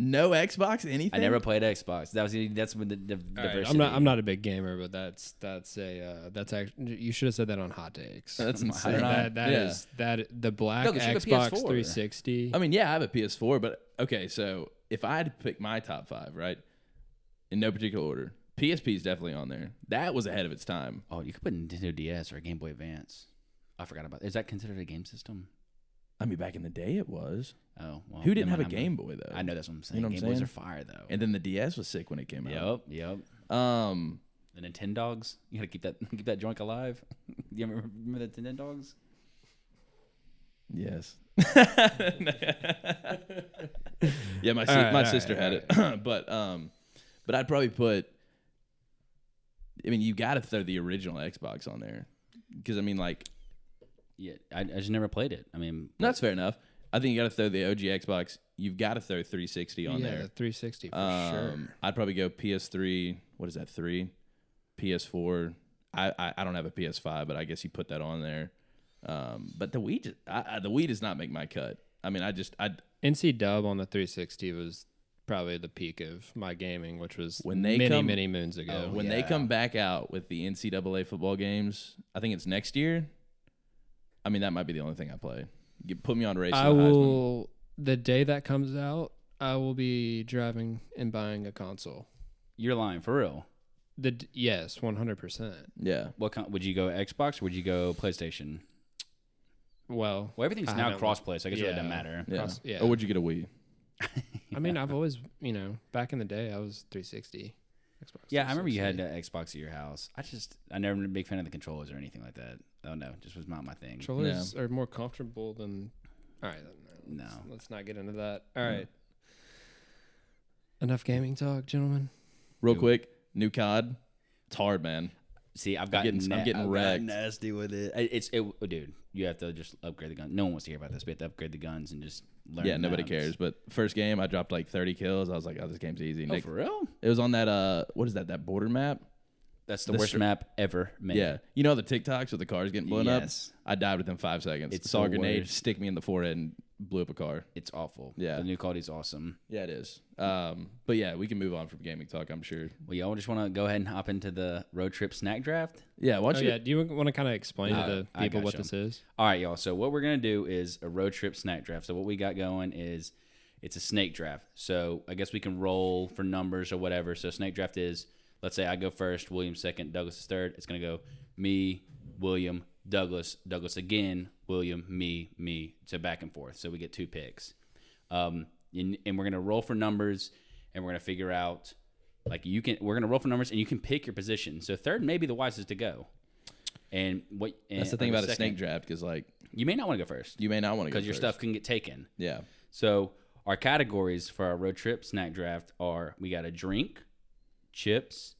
No Xbox, anything? I never played Xbox. That was the- that's when the, the diversity. I'm not. I'm not a big gamer, but that's that's a uh, that's actually you should have said that on hot takes. That's That insane. is I, that, that Yeah. is- that the black Douglas, you got a Xbox PS4. 360. mean, yeah, I have a PS4, but okay, so if I had to pick my top five, right, in no particular order, PSP is definitely on there. That was ahead of its time. Oh, you could put Nintendo DS or a Game Boy Advance. I forgot about. Is that considered a game system? I mean, back in the day, it was. Oh, well, Who didn't never have a mind, Game I'm- Boy though? I know that's what I'm saying. You know what I'm game Boys saying? are fire though. And then the DS was sick when it came out. yep, yep. Um, The Nintendogs. You gotta keep that keep that joint alive. you remember, remember the Nintendogs? yes. yeah, my si- All right, my all right, sister had it, but um, but I'd probably put. I mean, you got to throw the original Xbox on there, because I mean, like, Yeah, I, I just never played it. I mean, no, that's fair enough. I think you got to throw the OG Xbox. You've got to throw 360 on yeah, there. the 360 for Um, sure. I'd probably go PS3. What is that? Three, PS4. I, I I don't have a PS5, but I guess you put that on there. Um, but the Wii, just, I, I, the Wii does not make my cut. I mean, I just I NC Dub on the 360 was probably the peak of my gaming, which was When they many come- many moons ago. Uh, when they come back out with the NCAA football games, I think it's next year. I mean, that might be the only thing I play. You put me on race. I to the Heisman. will the day that comes out, I will be driving and buying a console. you're lying for real. The d- yes, 100. percent Yeah. What con- would you go Xbox or would you go PlayStation? Well, Well, everything's I now haven't- cross-play, so I guess it yeah. doesn't matter. Yeah. Cross- yeah. Or would you get a Wii? I mean, I've always you know back in the day I was 360. Xbox Yeah, I remember you had 360. an Xbox at your house. I just I never been a big fan of the controllers or anything like that. Oh no, just was not my thing. controllers are more comfortable than. All right, then, No. let's, let's not get into that. All right, enough gaming talk, gentlemen. Real quick, new COD. It's hard, man. See, I've gotten getting- I'm na- getting I've wrecked. gotten nasty with it. I- It's it, oh, dude. You have to just upgrade the gun. No one wants to hear about this. We have to upgrade the guns and just learn. Yeah, nobody maps. cares. But first game, I dropped like 30 kills. I was like, oh, this game's easy. Oh, Nick- for real? It was on that uh what is that that border map? That's the, The worst str- map ever made. Yeah. You know the TikToks with the cars getting blown Yes. up? I died within 5 seconds. It's Saw a the grenade worst. stick me in the forehead and blew up a car. it's awful. Yeah. the new quality's awesome. Yeah, it is. Um but yeah, we can move on from gaming talk, I'm sure. Well, y'all just want to go ahead and hop into the road trip snack draft. Yeah, why Oh don't you yeah, do you want to kind of explain Uh, to the I people what gotcha. this is? All right, y'all. So what we're gonna do is a road trip snack draft. So what we got going is it's a snake draft. So I guess we can roll for numbers or whatever. So snake draft is let's say I go first, William second, Douglas is third. It's gonna go me, William, Douglas, Douglas again, William, me, me. So back and forth. So we get two picks. Um, and, and we're gonna roll for numbers and we're gonna figure out like you can we're gonna roll for numbers and you can pick your position. So third may be the wisest to go. And what and That's the thing or about a second- snake draft cuz like you may not want to go first you may not want to go because your first. stuff can get taken. Yeah. So our categories for our road trip snack draft are: we got a drink, chips,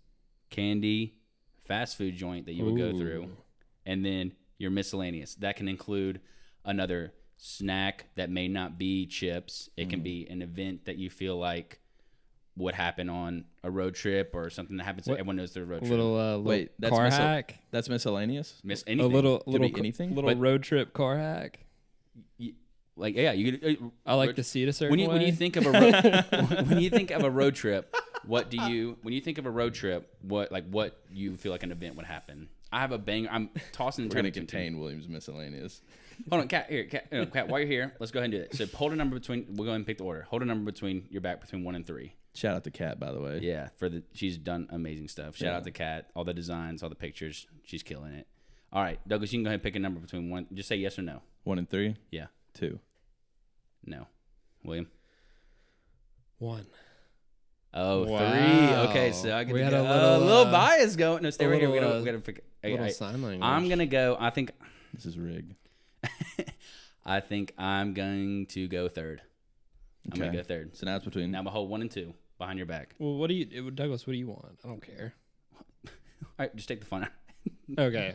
candy, fast food joint that you would go through, and then your miscellaneous. That can include another snack that may not be chips. It can Mm-hmm. be an event that you feel like would happen on a road trip or something that happens. Everyone knows their road A trip. little, uh, little Wait, that's car missile- hack. That's miscellaneous? Miss anything? A little, Could little be ca- anything. little but road trip car hack. You- like yeah, you could. uh, I like road- to see it a certain when you way. when you think of a ro- when you think of a road trip, what do you when you think of a road trip? What like what you feel like an event would happen? I have a bang. I'm tossing and we're going turning. to contain Williams miscellaneous. Hold on, cat. Here, cat. No, cat. While you're here, let's go ahead and do it. So hold a number between. We'll go ahead and pick the order. Hold a number between your back between one and three. Shout out to Kat, by the way. Yeah, for the she's done amazing stuff. Shout out Yeah. to Kat. All the designs, all the pictures. She's killing it. All right, Douglas, you can go ahead and pick a number between one. Just say yes or no. 1 and 3, Yeah, 2. no. William, one. Oh, three. Okay, so I Wow. can We get had a a little, little, uh, bias going. No, stay a right here. We little, gotta, uh, we gotta fig- I- little I- sign language. I'm gonna go. I think. This is rigged. I think I'm going to go third. I'm gonna Okay. go third. So now it's between. Now behold one and two behind your back. Well, what do you, it- Douglas? What do you want? I don't care. All right, just take the fun out. Okay,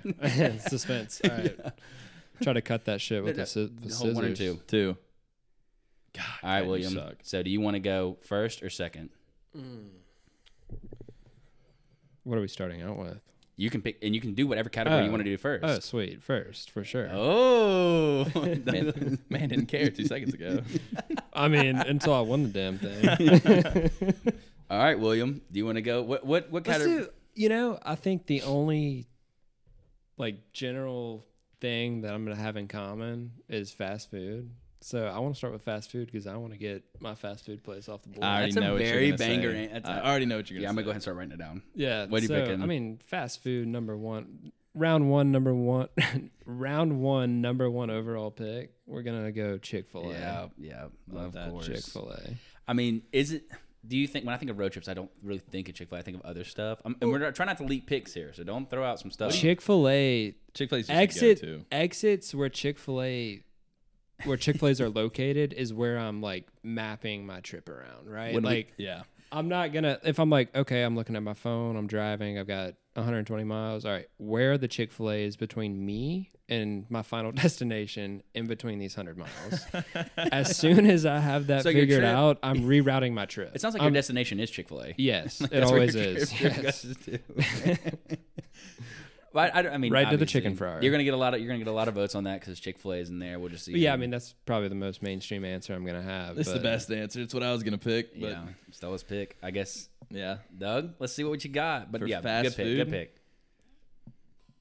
suspense. All right. Try to cut that shit with No, the, sci- the Hold scissors. one or two. Two. All right, you William. suck. So do you want to go first or second? Mm. What are we starting out with? You can pick, and you can do whatever category you Oh. want to do first. Oh, sweet. First, for sure. Oh, Man, man didn't care two seconds ago. I mean, until I won the damn thing. all right, William. Do you want to go? What what what Let's category? do- you know, I think the only like general thing that I'm gonna have in common is fast food. So I want to start with fast food because I want to get my fast food place off the board. I already That's a know what very you're gonna banger say. an- that's I a- already know what you're Yeah, gonna say. I'm gonna go ahead and start writing it down. yeah. What are you so, picking? I mean, fast food number one, round one number one, round one number one overall pick. We're gonna go Chick Fil A. Yeah, yeah, of that course. Chick Fil A. I mean, is it? Do you think when I think of road trips, I don't really think of Chick Fil A. I think of other stuff. i and we're not, trying not to leak picks here, so don't throw out some stuff. Chick Fil A Chick Fil A's exit go-to. exits where Chick Fil A where Chick Fil A's are located is where I'm like mapping my trip around, right? When we- like yeah. I'm not gonna if I'm like okay, I'm looking at my phone, I'm driving, I've got 120 miles. All right, where are the Chick Fil A's between me and my final destination in between these hundred miles? as soon as I have that So your figured trip- out, I'm rerouting my trip. it sounds like I'm- your destination is Chick Fil A. yes, it That's where always your trip- is. your Yes. guys do. But I, I don't- I mean, Right to the obviously, chicken fryer. You're gonna get a lot of you're gonna get a lot of votes on that because Chick Fil A is in there. We'll just see. But yeah, I mean that's probably the most mainstream answer I'm gonna have. This is the but- best answer. It's what I was gonna pick. But yeah, Stella's pick. I guess yeah. Doug, let's see what you got. But For yeah, fast good pick. Good food? pick.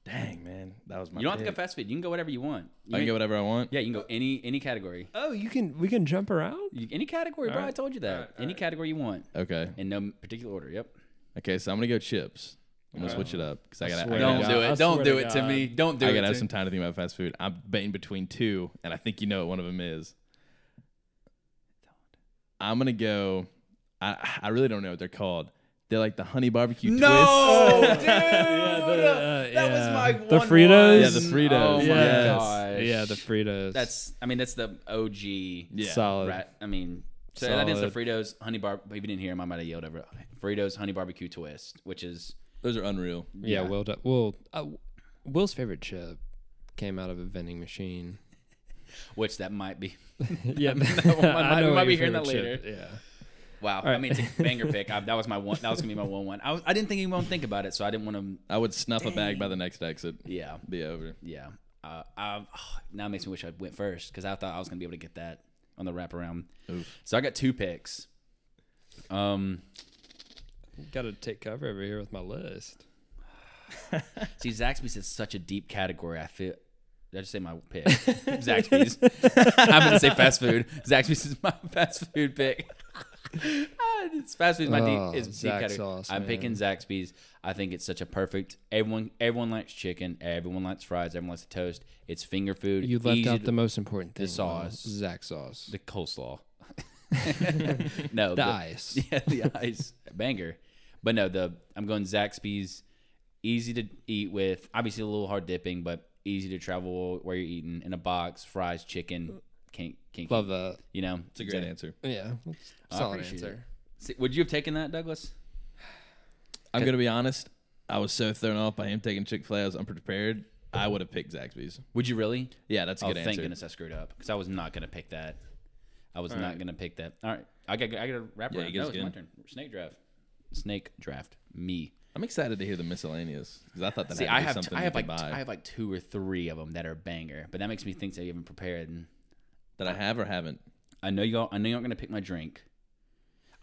Dang man, that was my. You don't have to pick. go fast food. You can go whatever you want. You I can may- get whatever I want. yeah, you can go any any category. Oh, you can we can jump around. You- Any category, bro. I told you that. any category you want, Okay. in no particular order. Yep. Okay. So I'm gonna go chips. I'm gonna switch it up because Uh, I gotta. I swear gotta Don't to God. do I it. Don't swear do to it to God. me. Don't do I it. gotta have to- some time to think about fast food. I'm betting between two, and I think you know what one of them is. I'm gonna go. I I really don't know what they're called. They're like the honey barbecue No, twist. dude. Oh, that was uh, yeah. my The one. Fritos? Yeah, the Fritos. Oh my Yes. gosh. Yeah, the Fritos. That's. I mean, that's the OG. Yeah. solid. Rat, I mean, so that is the Solid. Fritos honey bar. If you didn't hear him, I might have yelled over it. Fritos honey barbecue twist, which is Those are unreal. Yeah, yeah. Will. do- Will. Uh, Will's favorite chip came out of a vending machine. which that might be. yeah, might- we might be hearing that Yeah. Wow. I mean, it's a banger pick. I, that was my one. That was gonna be my one. One. I, was, I didn't think anyone would think about it, so I didn't want to. I would snuff a bag by the next exit. Yeah. Be over. Yeah. Uh, I've, oh, now it makes me wish I went first because I thought I was gonna be able to get that on the wraparound. So I got two picks. Um, Got to take cover over here with my list. see, Zaxby's is such a deep category. I feel. Did I just say my pick? Zaxby's. I'm gonna say fast food. Zaxby's is my fast food pick. Ah, it's fast food. is My Oh, deep, is deep Zax category. sauce, I'm man. picking Zaxby's. I think it's such a perfect. Everyone, everyone likes chicken. Everyone likes fries. Everyone likes toast. It's finger food. You left easy out to- the most important thing. sauce. Will. Zach sauce. the coleslaw. no, The ice. Yeah, the ice banger. But no, the I'm going Zaxby's. Easy to eat with. Obviously a little hard dipping, but easy to travel where you're eating in a box. Fries, chicken, can't can't Love that. You know, It's a great answer. Yeah. I Solid appreciate it. answer. See, would you have taken that, Douglas? I'm gonna be honest. I was so thrown off by him taking Chick Fil A. I was unprepared. I would have picked Zaxby's. Would you really? Yeah, that's a oh, good thank answer. goodness I screwed up because I was not gonna pick that. I was not gonna pick that. All right, I got I got to wrap Yeah, around. you No, guys it's my good. turn. Snake draft. Snake draft. Me. I'm excited to hear the miscellaneous because I thought that See, had to I be have t- something I you have could like buy. t- I have like two or three of them that are banger, but that makes me think they even prepared. And that I have or haven't. I know y'all. I know y'all gonna pick my drink.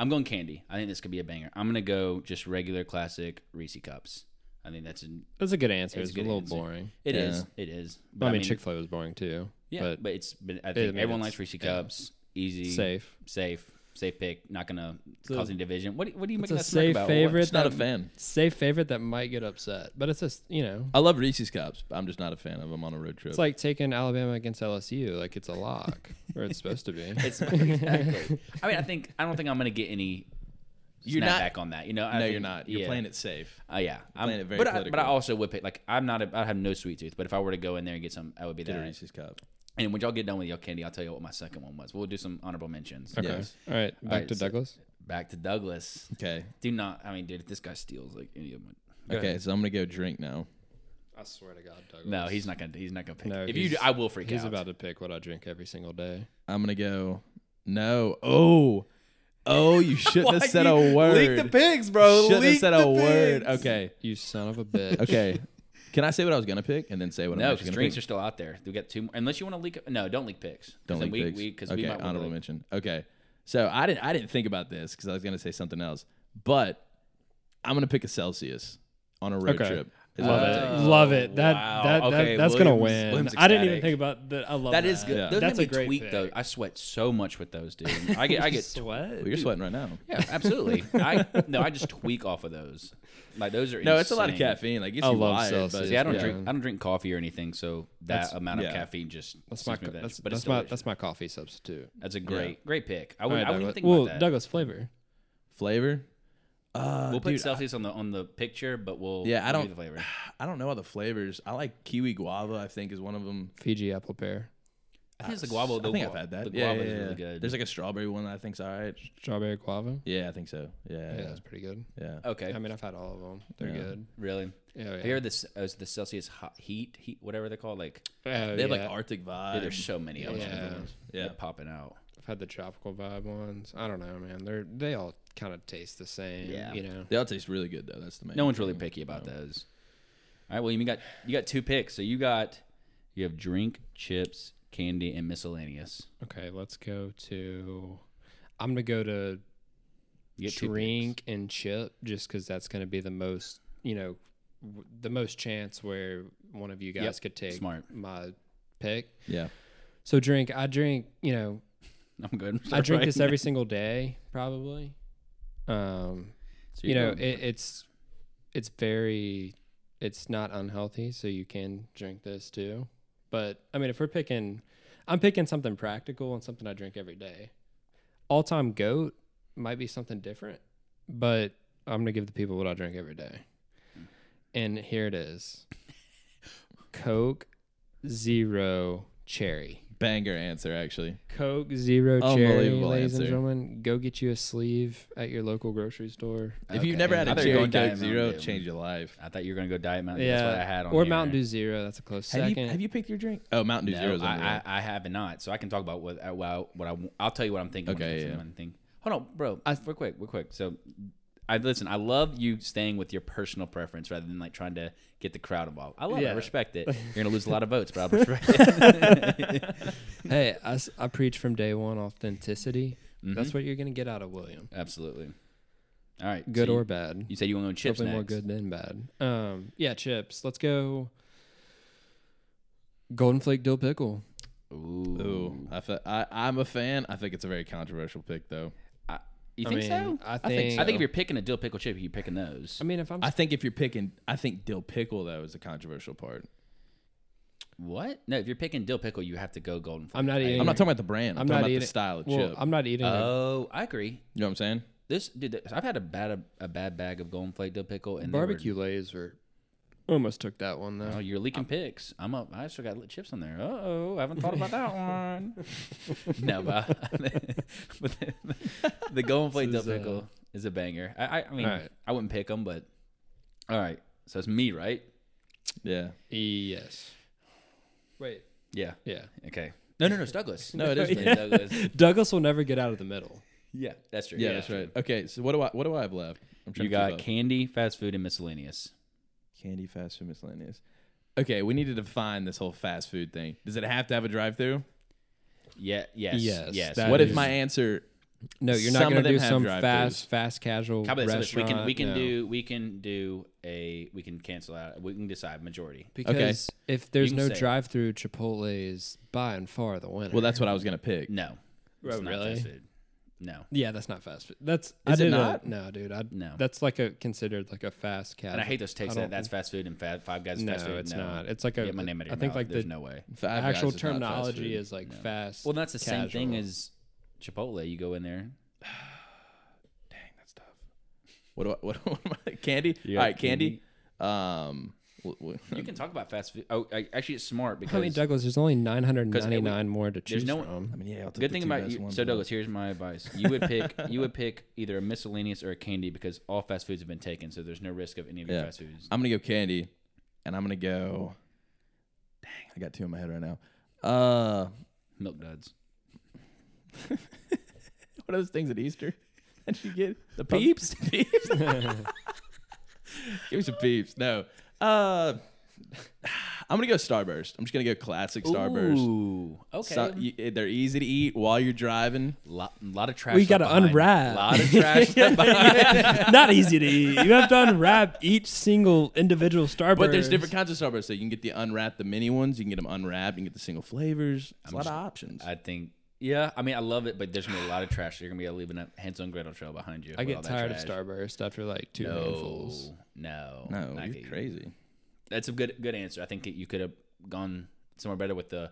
I'm going candy. I think this could be a banger. I'm gonna go just regular classic Reese cups. I think that's an, That's a good answer. It's It's, a a good little answer. boring. it is. Yeah. It is. I mean, Chick Fil A was boring too. Yeah, but, but, it's. But I think mean, everyone likes it's- Reese yeah. cups. Easy, safe. safe, safe pick. Not gonna a- cause any division. What? do- What are you It's making a us smirk safe about? What? favorite. Just not a that- fan. Safe favorite that might get upset, but it's just you know I love Reese's cups, but I'm just not a fan of them on a road trip. It's like taking Alabama against LSU. Like it's a lock, or it's supposed to be. It's exactly. I mean, I think I don't think I'm gonna get any you're You're not- back on that. You know, I No, think- you're not. You're yeah. playing it safe. Uh, yeah, I'm playing it very but I, but I politically. also would pick like I'm not a, I have no sweet tooth, but if I were to go in there and get some, I would be Get a that. Reese's cup. And when y'all get done with y'all candy, I'll tell you what my second one was. We'll do some honorable mentions. Okay. Yes. All right. Back right, to so- Douglas. Back to Douglas. Okay. Do not. I mean, dude, if this guy steals like any of my. Go okay, ahead. so I'm gonna go drink now. I swear to God, Douglas. No, he's not gonna. He's not gonna pick. No, if you, do, he's- I will freak He's out. about to pick what I drink every single day. I'm gonna go. No. Oh. Oh, you shouldn't have Why said you a word. Leak the pigs, bro. Shouldn't leak have said the a word. pigs. Okay. You son of a bitch. Okay. Can I say what I was gonna pick and then say what I'm No, actually because gonna drinks pick? are still out there. We got two more. Unless you want to leak. No, don't leak picks. Don't leak we, picks. Because okay, we might honorable want to. mention. Okay. So I didn't I didn't think about this because I was gonna say something else, but I'm gonna pick a Celsius on a road Okay. trip. Is Uh, what Love I'm it. taking. love it. That Oh, wow. that, Okay, that that's gonna Williams- win. Williams I didn't even ecstatic. think about that. I love That is good. Those That's make a me great tweak, though. pick. I sweat so much with those, dude. I get. I get. sweat. Well, you're sweating right now. Yeah, absolutely. I no, I just tweak off of those. Like those are No, it's a lot of insane. caffeine. Like it's I you love wired, but- Celsius. See, I don't Yeah. drink. I don't drink coffee or anything, so that amount of yeah. caffeine just That's my suits me co- better. that's, it's that's my delicious. that's my coffee substitute. that's a great great pick. I would All right, I wouldn't Douglas. think Well, about that. Douglas flavor. flavor. Uh, we'll put selfies on the on the picture, but we'll Yeah, I we'll do don't- the flavor. I don't know all the flavors. I like kiwi guava. I think is one of them. Uh, Fiji apple pear, I think it's the guava. I the think gua- I've had that. The yeah, guava yeah, is yeah. really good. There's like a strawberry one that I think's all right. strawberry guava. Yeah, I think so. Yeah, Yeah, yeah. that's pretty good. yeah. okay, I mean, I've had all of them. They're Yeah. good. really. Yeah, yeah. Here, this is the Celsius hot heat heat whatever they're called. Like Oh, They have yeah. like Arctic vibe. dude, there's so many options. Yeah. Uh, Yeah. Yeah, popping out. I've had the tropical vibe ones. I don't know, man. They're they all kind of taste the same. Yeah. you know. They all taste really good though. That's the main. No one's mm, really picky about those. All right, well, you got you got two picks. So you got you have drink, chips, candy, and miscellaneous. Okay, let's go to. I'm gonna go to You get two picks. drink and chip just because that's gonna be the most you know w- the most chance where one of you guys could take Smart. my pick. Yeah. So drink. I drink. You know, I'm good. I drink this every single day, probably. Um, So you you're know, going- it, it's it's very it's not unhealthy, so you can drink this too. But I mean, if we're picking, I'm picking something practical and something I drink every day. All time goat might be something different, but I'm gonna give the people what I drink every day. And here it is: Coke Zero Cherry. Banger answer actually. Coke Zero Cherry, Unbelievable ladies and answer. gentlemen. Go get you a sleeve at your local grocery store. If you've never had I a thought you were cherry going Diet Coke Zero, Mountain Dew. change your life. I thought you were gonna go Diet Mountain. Dew. Yeah, That's what I had on or here. Mountain Dew Zero. That's a close Have second. you, have you picked your drink? Oh, Mountain Dew No, Zero. is on the I, right. I, I have not, so I can talk about what I, well, what I I'll tell you what I'm thinking. when I Okay, consider yeah. my thing. Hold on, bro. I, we're quick. We're quick. So, I listen. I love you staying with your personal preference rather than like trying to get the crowd involved. I love it. I Yeah. respect it. You're gonna lose a lot of votes, but I respect it. hey, I, s- I preach from day one authenticity. Mm-hmm. That's what you're gonna get out of William, Absolutely. All right. good so or you, bad. you said you want to go chips Hopefully next. more good than bad. Um, yeah, chips. Let's go. Golden Flake dill pickle. Ooh. Ooh, I, fe- I, I'm a fan. I think it's a very controversial pick though. I, you I think mean, so? I think. think- I think if you're picking a dill pickle chip, you're picking those. I mean, if I'm I think if you're picking, I think dill pickle though is the controversial part. what? No, if you're picking dill pickle, you have to go golden. Flake. I'm not I- eating. I'm not talking about the brand. I'm, I'm talking not about eating the style of well, chip. I'm not eating. a Oh, I agree. you know what I'm saying? This dude, th- I've had a bad a bad bag of golden flake dill pickle and they were- barbecue lays or almost took that one Oh, though. you're leaking picks. I'm up. I still got li- chips on there. Uh oh, I haven't thought about that one. no, but, but the, the golden flake dill This is, uh, pickle is a banger. I, I, I mean, Alright. I wouldn't pick them, but all right. So it's me, right? Yeah. Yes. Wait. Yeah. Yeah. Okay. No, no, no. It's Douglas. No, it is me. It's Douglas. Douglas will never get out of the middle. Yeah, that's true. Yeah, that's right. Okay, so what do I what do I have left? I'm You to got keep up. candy, fast food, and miscellaneous. candy, fast food, miscellaneous. Okay, we need to define this whole fast food thing. Does it have to have a drive through? Yeah. Yes. Yes, Yes. yes. that What is- if my answer? No, you're Some not of going to them do have some drive-thrus. fast, fast casual How about this? restaurant. So we can we can no. do we can do a we can cancel out. We can decide majority. because if there's You can no say it. drive-through, Chipotle is by and far the winner. Well, that's what I was gonna pick. No. It's Oh, not really? fast food. No. yeah, that's not fast food. That's is Is it not? no, dude. I, No. that's like a considered like a fast casual. And I hate those takes I that don't- that's fast food and fa- Five Guys is No, fast food. it's no. not. It's like a. Get my name out of I your think mouth. like there's the no way. Five Guys actual is not fast terminology food. is like fast. Well, that's the same thing casual. as Chipotle. You go in there. What do I, what, what am I, candy? You got All right, candy. Um, w- w- You can talk about fast food. Oh, I, actually, it's smart because I mean, Douglas, there's only 999 more to choose no one- from. I mean, yeah. I'll take good the thing two about best you. ones, So bro. Douglas, here's my advice. You would pick you would pick either a miscellaneous or a candy because all fast foods have been taken, so there's no risk of any of your Yeah. fast foods. I'm gonna go candy, and I'm gonna go. Dang, I got two in my head right now. Uh, Milk duds. what are those things at Easter that you get? The peeps. peeps. Give me some peeps. No. Uh, I'm gonna go Starburst. I'm just gonna go classic Starburst. Ooh, okay. So- you- they're easy to eat while you're driving. lot, lot of trash. We left gotta behind. unwrap. Lot of trash. left behind. Not easy to eat. You have to unwrap each single individual Starburst. But there's different kinds of Starburst. So you can get the unwrapped, the mini ones. You can get them unwrapped. You can get the single flavors. It's a lot of options. I think. Yeah, I mean, I love it, but there's gonna be a lot of trash. You're gonna be leaving a hands on Gretel trail behind you. I with get all that tired of trash. Starburst after like two No, handfuls. no, no, not you're good. crazy. That's a good good answer. I think that you could have gone somewhere better with the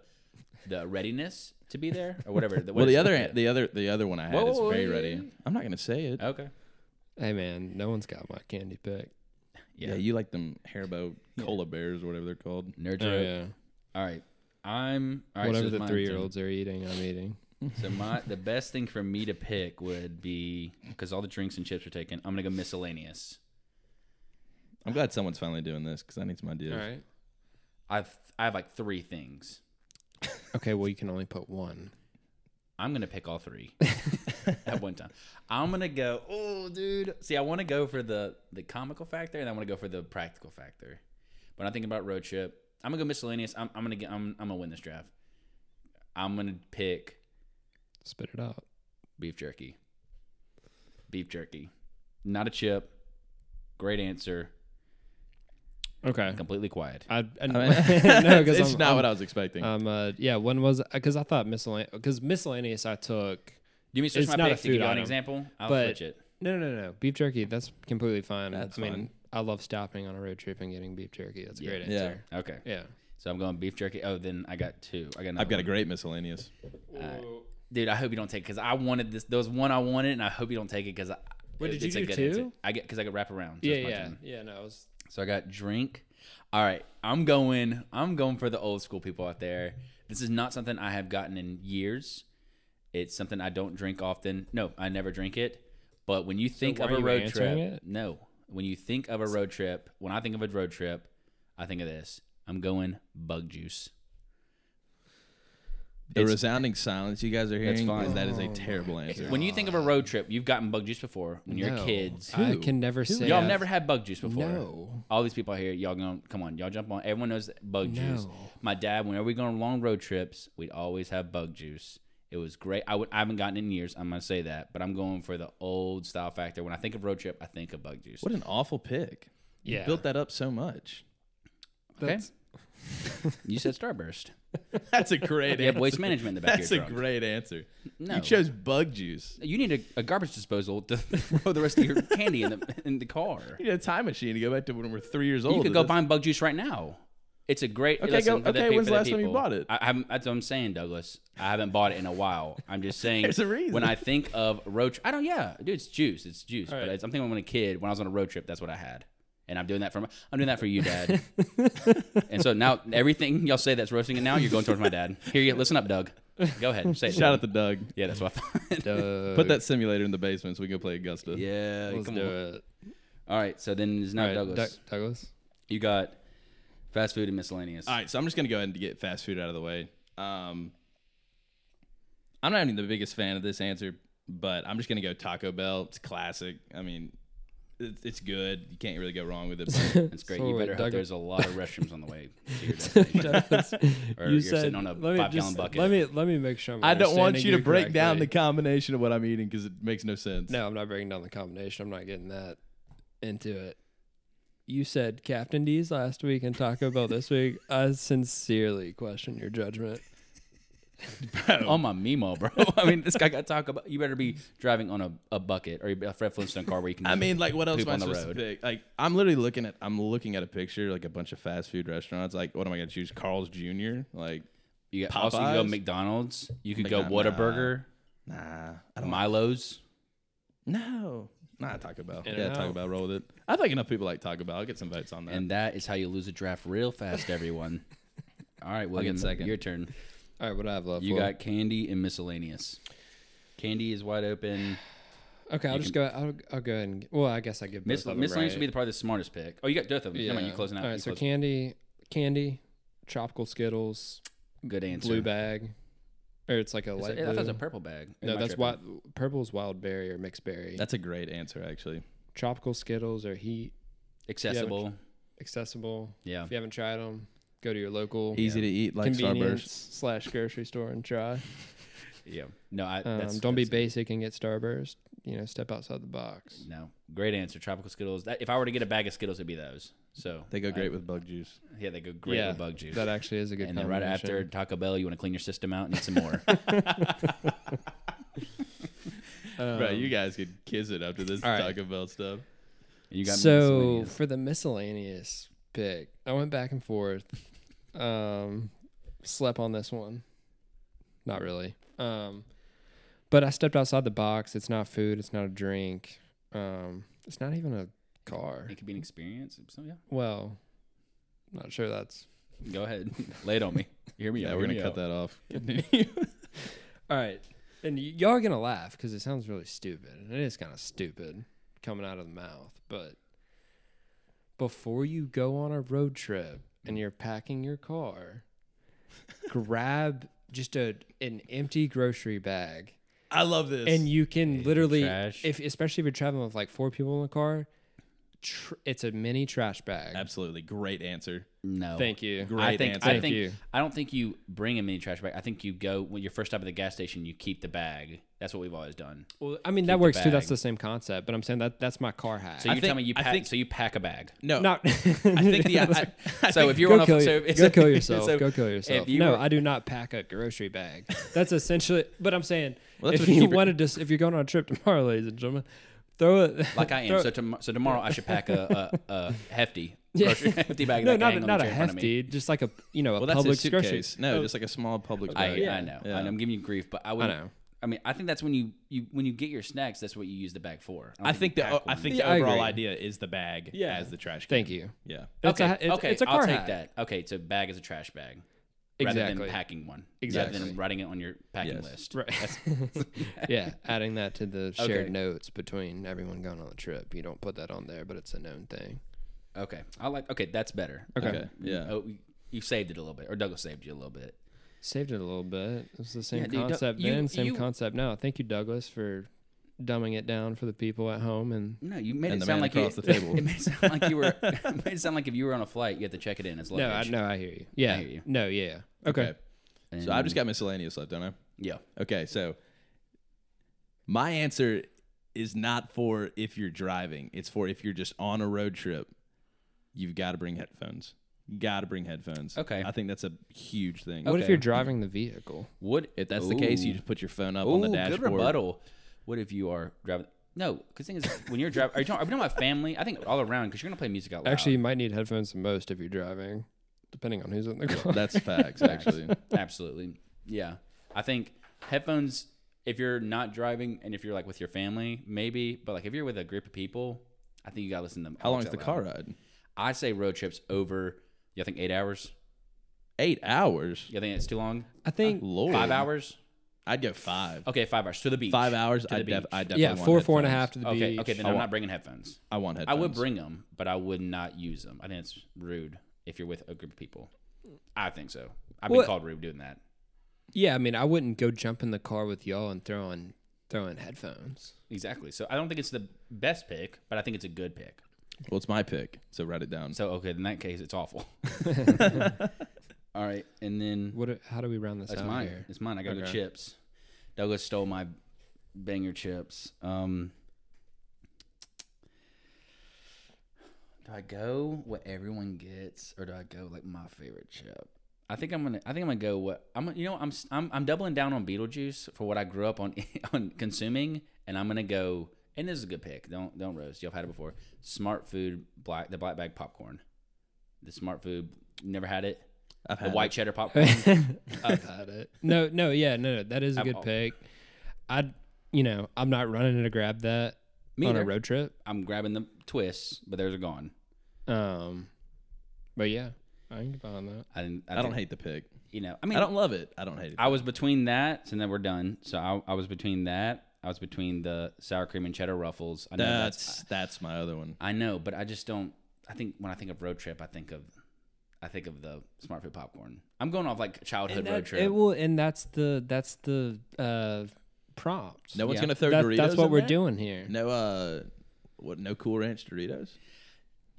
the readiness to be there or whatever. The, Well, the other, the other, the other one I had Whoa, is whoa, very whoa. ready. I'm not gonna say it. okay, Hey man, no one's got my candy pick. Yeah, you like them Haribo cola bears or whatever they're called. nerd. Oh, joke. yeah. All right, I'm all right, so Whatever it's the mine, three year Tim. olds are eating, I'm eating. So my the best thing for me to pick would be because all the drinks and chips are taken. I'm gonna go miscellaneous. I'm glad someone's finally doing this because I need some ideas. All right. I've I have like three things. Okay, well you can only put one. I'm gonna pick all three at one time. I'm gonna go. Oh, dude. See, I want to go for the the comical factor, and I want to go for the practical factor. But I'm thinking about road trip. I'm gonna go miscellaneous. I'm, I'm gonna get. I'm, I'm gonna win this draft. I'm gonna pick Spit it out. beef jerky. Beef jerky, not a chip. Great answer. Okay. Completely quiet. I, I, mean, no, because it's I'm, not I'm, what I was expecting. Um, uh, yeah, when was because I thought miscellaneous because miscellaneous I took Do you mean switch It's my not a pick to give food you an item, example? I'll but- switch it. no no no no beef jerky that's completely fine. That's I mean fine. I love stopping on a road trip and getting beef jerky. That's a great Yeah. answer. Okay. Yeah. So I'm going beef jerky. Oh, then I got two. I got. another I've got one. a great miscellaneous. Uh, Dude, I hope you don't take it because I wanted this. There was one I wanted, and I hope you don't take it because Wait, did you it's a do good two? answer. I get because I could wrap around. So yeah it's my yeah turn. yeah no it was So I got drink. All right, I'm going. I'm going for the old school people out there. This is not something I have gotten in years. It's something I don't drink often. No, I never drink it. But when you think why of are a you road answering trip, it? no. When you think of a road trip, when I think of a road trip, I think of this. I'm going bug juice. The It's- resounding silence you guys are hearing fine. is that is a terrible answer. When you think of a road trip, you've gotten bug juice before when you're no. kids. I can never say Y'all I've- never had bug juice before. No. All these people out here, y'all going, come on, y'all jump on. Everyone knows that bug juice. No. My dad, whenever we go on long road trips, we'd always have bug juice. It was great. I would, I haven't gotten it in years. I'm gonna say that, but I'm going for the old style factor. When I think of road trip, I think of bug juice. What an awful pick. You Yeah. built that up so much. okay. you said Starburst. That's a great You have answer. waste management in the back That's of a your truck. great answer. No. You chose bug juice. you need a, a garbage disposal to throw the rest of your candy in the in the car. You need a time machine to go back to when we're three years old. You could go buy bug juice right now. It's a great. Okay, listen, go- for the okay, pe- when's for the last time you people. bought it? I haven't. That's what I'm saying, Douglas. I haven't bought it in a while. I'm just saying. There's a reason. When I think of road, tri- I don't. Yeah, dude, it's juice. It's juice. But it's, I'm thinking when I was a kid, when I was on a road trip, that's what I had. And I'm doing that for my, I'm doing that for you, Dad. and so now everything y'all say that's roasting it now, you're going towards my dad. Here you listen up, Doug. Go ahead, say it. Shout out to Doug. yeah, that's what I thought. Doug, Put that simulator in the basement so we can go play Augusta. yeah, let's come do on. it. All right, so then it's All not right, Douglas. Doug- Douglas. you got fast food and miscellaneous. All right, so I'm just gonna go ahead and get fast food out of the way. Um, I'm not even the biggest fan of this answer, but I'm just gonna go Taco Bell. It's classic. I mean, it's, it's good. You can't really go wrong with it. But That's great. So you wait, better hope Doug- there's a lot of restrooms on the way to your destination. or you you're said, sitting on a let me five gallon just- bucket. Let me let me make sure. I'm I don't want you understanding to break down the correctly. combination of what I'm eating because it makes no sense. No, I'm not breaking down the combination. I'm not getting that into it. You said Captain D's last week and Taco Bell this week. I sincerely question your judgment. on my Mimo, bro. I mean, this guy got talk about. You better be driving on a, a bucket or a Fred Flintstone car where you can. I just mean, like, what else poop am I on the supposed road. to pick? Like, I'm literally looking at I'm looking at a picture like a bunch of fast food restaurants. Like, what am I gonna choose? Carl's Jr. Like, you got, also you can go Popeyes? McDonald's. You could go McDonald's. Whataburger, nah, I don't. Milo's. No, Nah, Taco Bell. In yeah, and Taco out. Bell. Roll with it. I think enough people like Taco Bell. I'll get some votes on that. And that is how you lose a draft real fast, everyone. All right, William, second. your turn. All right, what do I have left? You for? got candy and miscellaneous. Candy is wide open. Okay, I'll you just go. I'll, I'll go ahead and well, I guess I give both Mis- of them miscellaneous right. would be the, probably the smartest pick. Oh, you got both of them. Yeah. Never mind, you closing out. All You right, so close- candy, candy, tropical Skittles, good answer. blue bag, or it's like a Is light that- I blue. thought it was a purple bag. Am no, I that's tripping? what purple's wild berry or mixed berry. That's a great answer, actually. tropical Skittles are heat accessible. accessible. Yeah. If you haven't tried them, go to your local Easy to eat, like convenience Starburst. slash grocery store and try. Yeah. No, I. Um, that's, don't be that's- basic and get Starburst. You know, step outside the box. No, great answer. Tropical Skittles. That, if I were to get a bag of Skittles, it'd be those. So They go I- great with bug juice. Yeah, they go great Yeah, with bug juice. That actually is a good. and then right after combination. Taco Bell, you want to clean your system out and eat some more. Bro, you guys could kiss it after this right. Taco Bell stuff. You got so miscellaneous. for the miscellaneous pick, I went back and forth. Um, slept on this one. Not really. Um, but I stepped outside the box. It's not food. It's not a drink. Um, it's not even a car. it could be an experience. So yeah, Well, not sure that's go ahead, lay it on me. Hear me Yeah, out. we're hear gonna me cut out. that off. all right. And y- y'all are gonna laugh because it sounds really stupid, and it is kind of stupid coming out of the mouth. But before you go on a road trip and you're packing your car, grab just a an empty grocery bag, I love this. and you can literally, trash. if especially if you're traveling with like four people in the car, tr- it's a mini trash bag. Absolutely great answer. No, Thank you. Great I think answer. I Thank think you. I don't think you bring a mini trash bag. I think you go when your first stop at the gas station. You keep the bag. That's what we've always done. Well, I mean that the works too. bag. That's the same concept, but I'm saying that that's my car hack. So you tell think- me you I pack. think- so you pack a bag. No, not. I think the. I, I So think- if you're go on a kill, so you- if it's go a- kill yourself. so go kill yourself. if you No, were- I do not pack a grocery bag. That's essentially. But I'm saying, Well, that's if what you you keep it- wanted to, s- if you're going on a trip tomorrow, ladies and gentlemen, throw it. like I am. So, tom- so tomorrow I should pack a a, a hefty, Yeah. grocery, hefty bag. no, that hang not a, on the not a chair in front of me. hefty, just like a you know a well, that's public Oh. a grocery. suitcase. No, just like a small public. I, bag. I know. Yeah. I know. I'm giving you grief, but I would. I I know. mean, I think that's when you, you when you get your snacks. That's what you use the bag for. don't I think you the pack I one. think Yeah, the I overall agree. idea is the bag Yeah. as the trash. Can. Thank you. Yeah. It's okay. a, it's, okay. it's a car I'll take hack. that. Okay, so bag is a trash bag. Rather Exactly. than packing one. Rather Exactly. than writing it on your packing Yes. list. Right. yeah, adding that to the shared Okay. notes between everyone going on the trip. You don't put that on there, but it's a known thing. Okay. I like. Okay, that's better. Okay. Okay. Yeah. Oh, you- you saved it a little bit, or Douglas saved you a little bit. Saved it a little bit. It's the same Yeah, dude, Doug- concept you- then, same you- concept now. Thank you, Douglas, for dumbing it down for the people at home. And No, you made And the it sound man like across you, the table. It made it sound like you were. It made it sound like if you were on a flight, you had to check it in as no, I, luggage. no, I hear you. Yeah, hear you. no, yeah. Okay. Okay. So I've just got miscellaneous left, don't I? Yeah. Okay, so my answer is not for if you're driving. It's for if you're just on a road trip. You've got to bring headphones. Got to bring headphones. Okay. I think that's a huge thing. What if Okay. you're driving the vehicle? Would If that's the case, you Ooh. just put your phone up Oh, on the dashboard. good rebuttal. What if you are driving? No, because thing is, when you're driving, are you talking, are we talking about family? I think all around because you're gonna play music out loud. Actually, you might need headphones the most if you're driving, depending on who's in the car. That's facts, actually. absolutely, yeah. I think headphones. If you're not driving and if you're like with your family, maybe. But like if you're with a group of people, I think you gotta listen to them. How long out is the loud. car ride? I say road trips over. You think eight hours? Eight hours. You think it's too long? I think. Lord, Five hours? I'd go five. Okay, five hours to the beach. Five hours. To the I def- beach. I definitely yeah, want four, four and a headphones. half to the Okay, beach. okay, then I I'm wa- not bringing headphones. I want I headphones. would bring them, but I would not use them. I think it's rude if you're with a group of people. I think so. I've been Well- called rude doing that. Yeah, I mean, I wouldn't go jump in the car with y'all and throw in, throw in headphones. Exactly. So I don't think it's the best pick, but I think it's a good pick. Well, it's my pick, so write it down. So okay, in that case, it's awful. All right, and then What? do- How do we round this it's out mine. here? It's mine. I got to Okay. go chips. Douglas stole my banger chips. Um, do I go what everyone gets, or do I go like my favorite chip? I think I'm gonna. I think I'm gonna go what I'm. You know, I'm s- I'm, I'm doubling down on Beetlejuice for what I grew up on on consuming, and I'm gonna go. And this is a good pick. Don't don't roast. You've had it before. Smart food black the black bag popcorn. The smart food. you Never had it. I've the had white it. cheddar popcorn. I've had it. No, no, yeah, no, no. That is a I've good al- pick. I, you know, I'm not running to grab that, Me on a either. road trip. I'm grabbing the twists, but theirs are gone. Um, but yeah, I can get behind that. I, didn't, I don't think- hate the pick. You know, I mean, I don't love it. I don't hate it. I was between that, and then we're done. So I, I was between that. I was between the sour cream and cheddar ruffles. I know that's, That's that's my other one. I know, but I just don't. I think when I think of road trip, I think of, I think of the smart food popcorn. I'm going off like childhood road trip. It will, and that's the that's the uh, prompt. No one's gonna throw That- Doritos. That's what in we're there? doing here. No, uh, what? No Cool Ranch Doritos.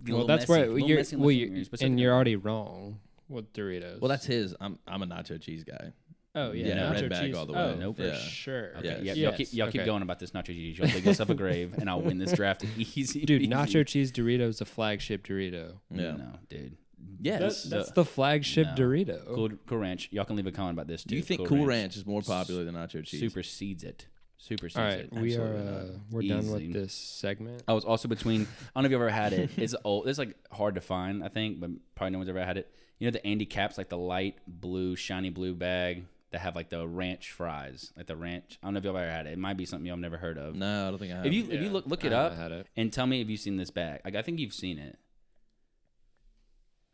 Get a well, little that's messy, where a little you're, messy in the well, you're- fingers, but and something you're like already wrong with Doritos. Well, that's his. I'm I'm a nacho cheese guy. oh yeah, yeah, nacho red bag cheese. all the Oh, way. Nope. for Yeah. sure. that. Okay, Yes. yeah, y'all, keep, Yes. y'all keep Okay. going about this nacho cheese. Y'all dig yourself a grave, and I'll win this draft easy. Dude, peasy. nacho cheese Dorito is the flagship Dorito. Yeah. No, dude. Yes. That's the flagship No. Dorito. Cool, cool Ranch. Y'all can leave a comment about this too. Do you think Cool Ranch is more popular than nacho cheese? supersedes it? Supersedes All right, it. we are uh, we're done Easy. with this segment. I was also between. I don't know if you ever had it. It's old. It's like hard to find. I think, but probably no one's ever had it. You know the Andy caps, like the light blue, shiny blue bag that have like the ranch fries, like the ranch. I don't know if y'all ever had it. It might be something y'all have never heard of. No, I don't think I have. If you if you look look it I up haven't had it. and tell me if you've seen this bag. Like I think you've seen it.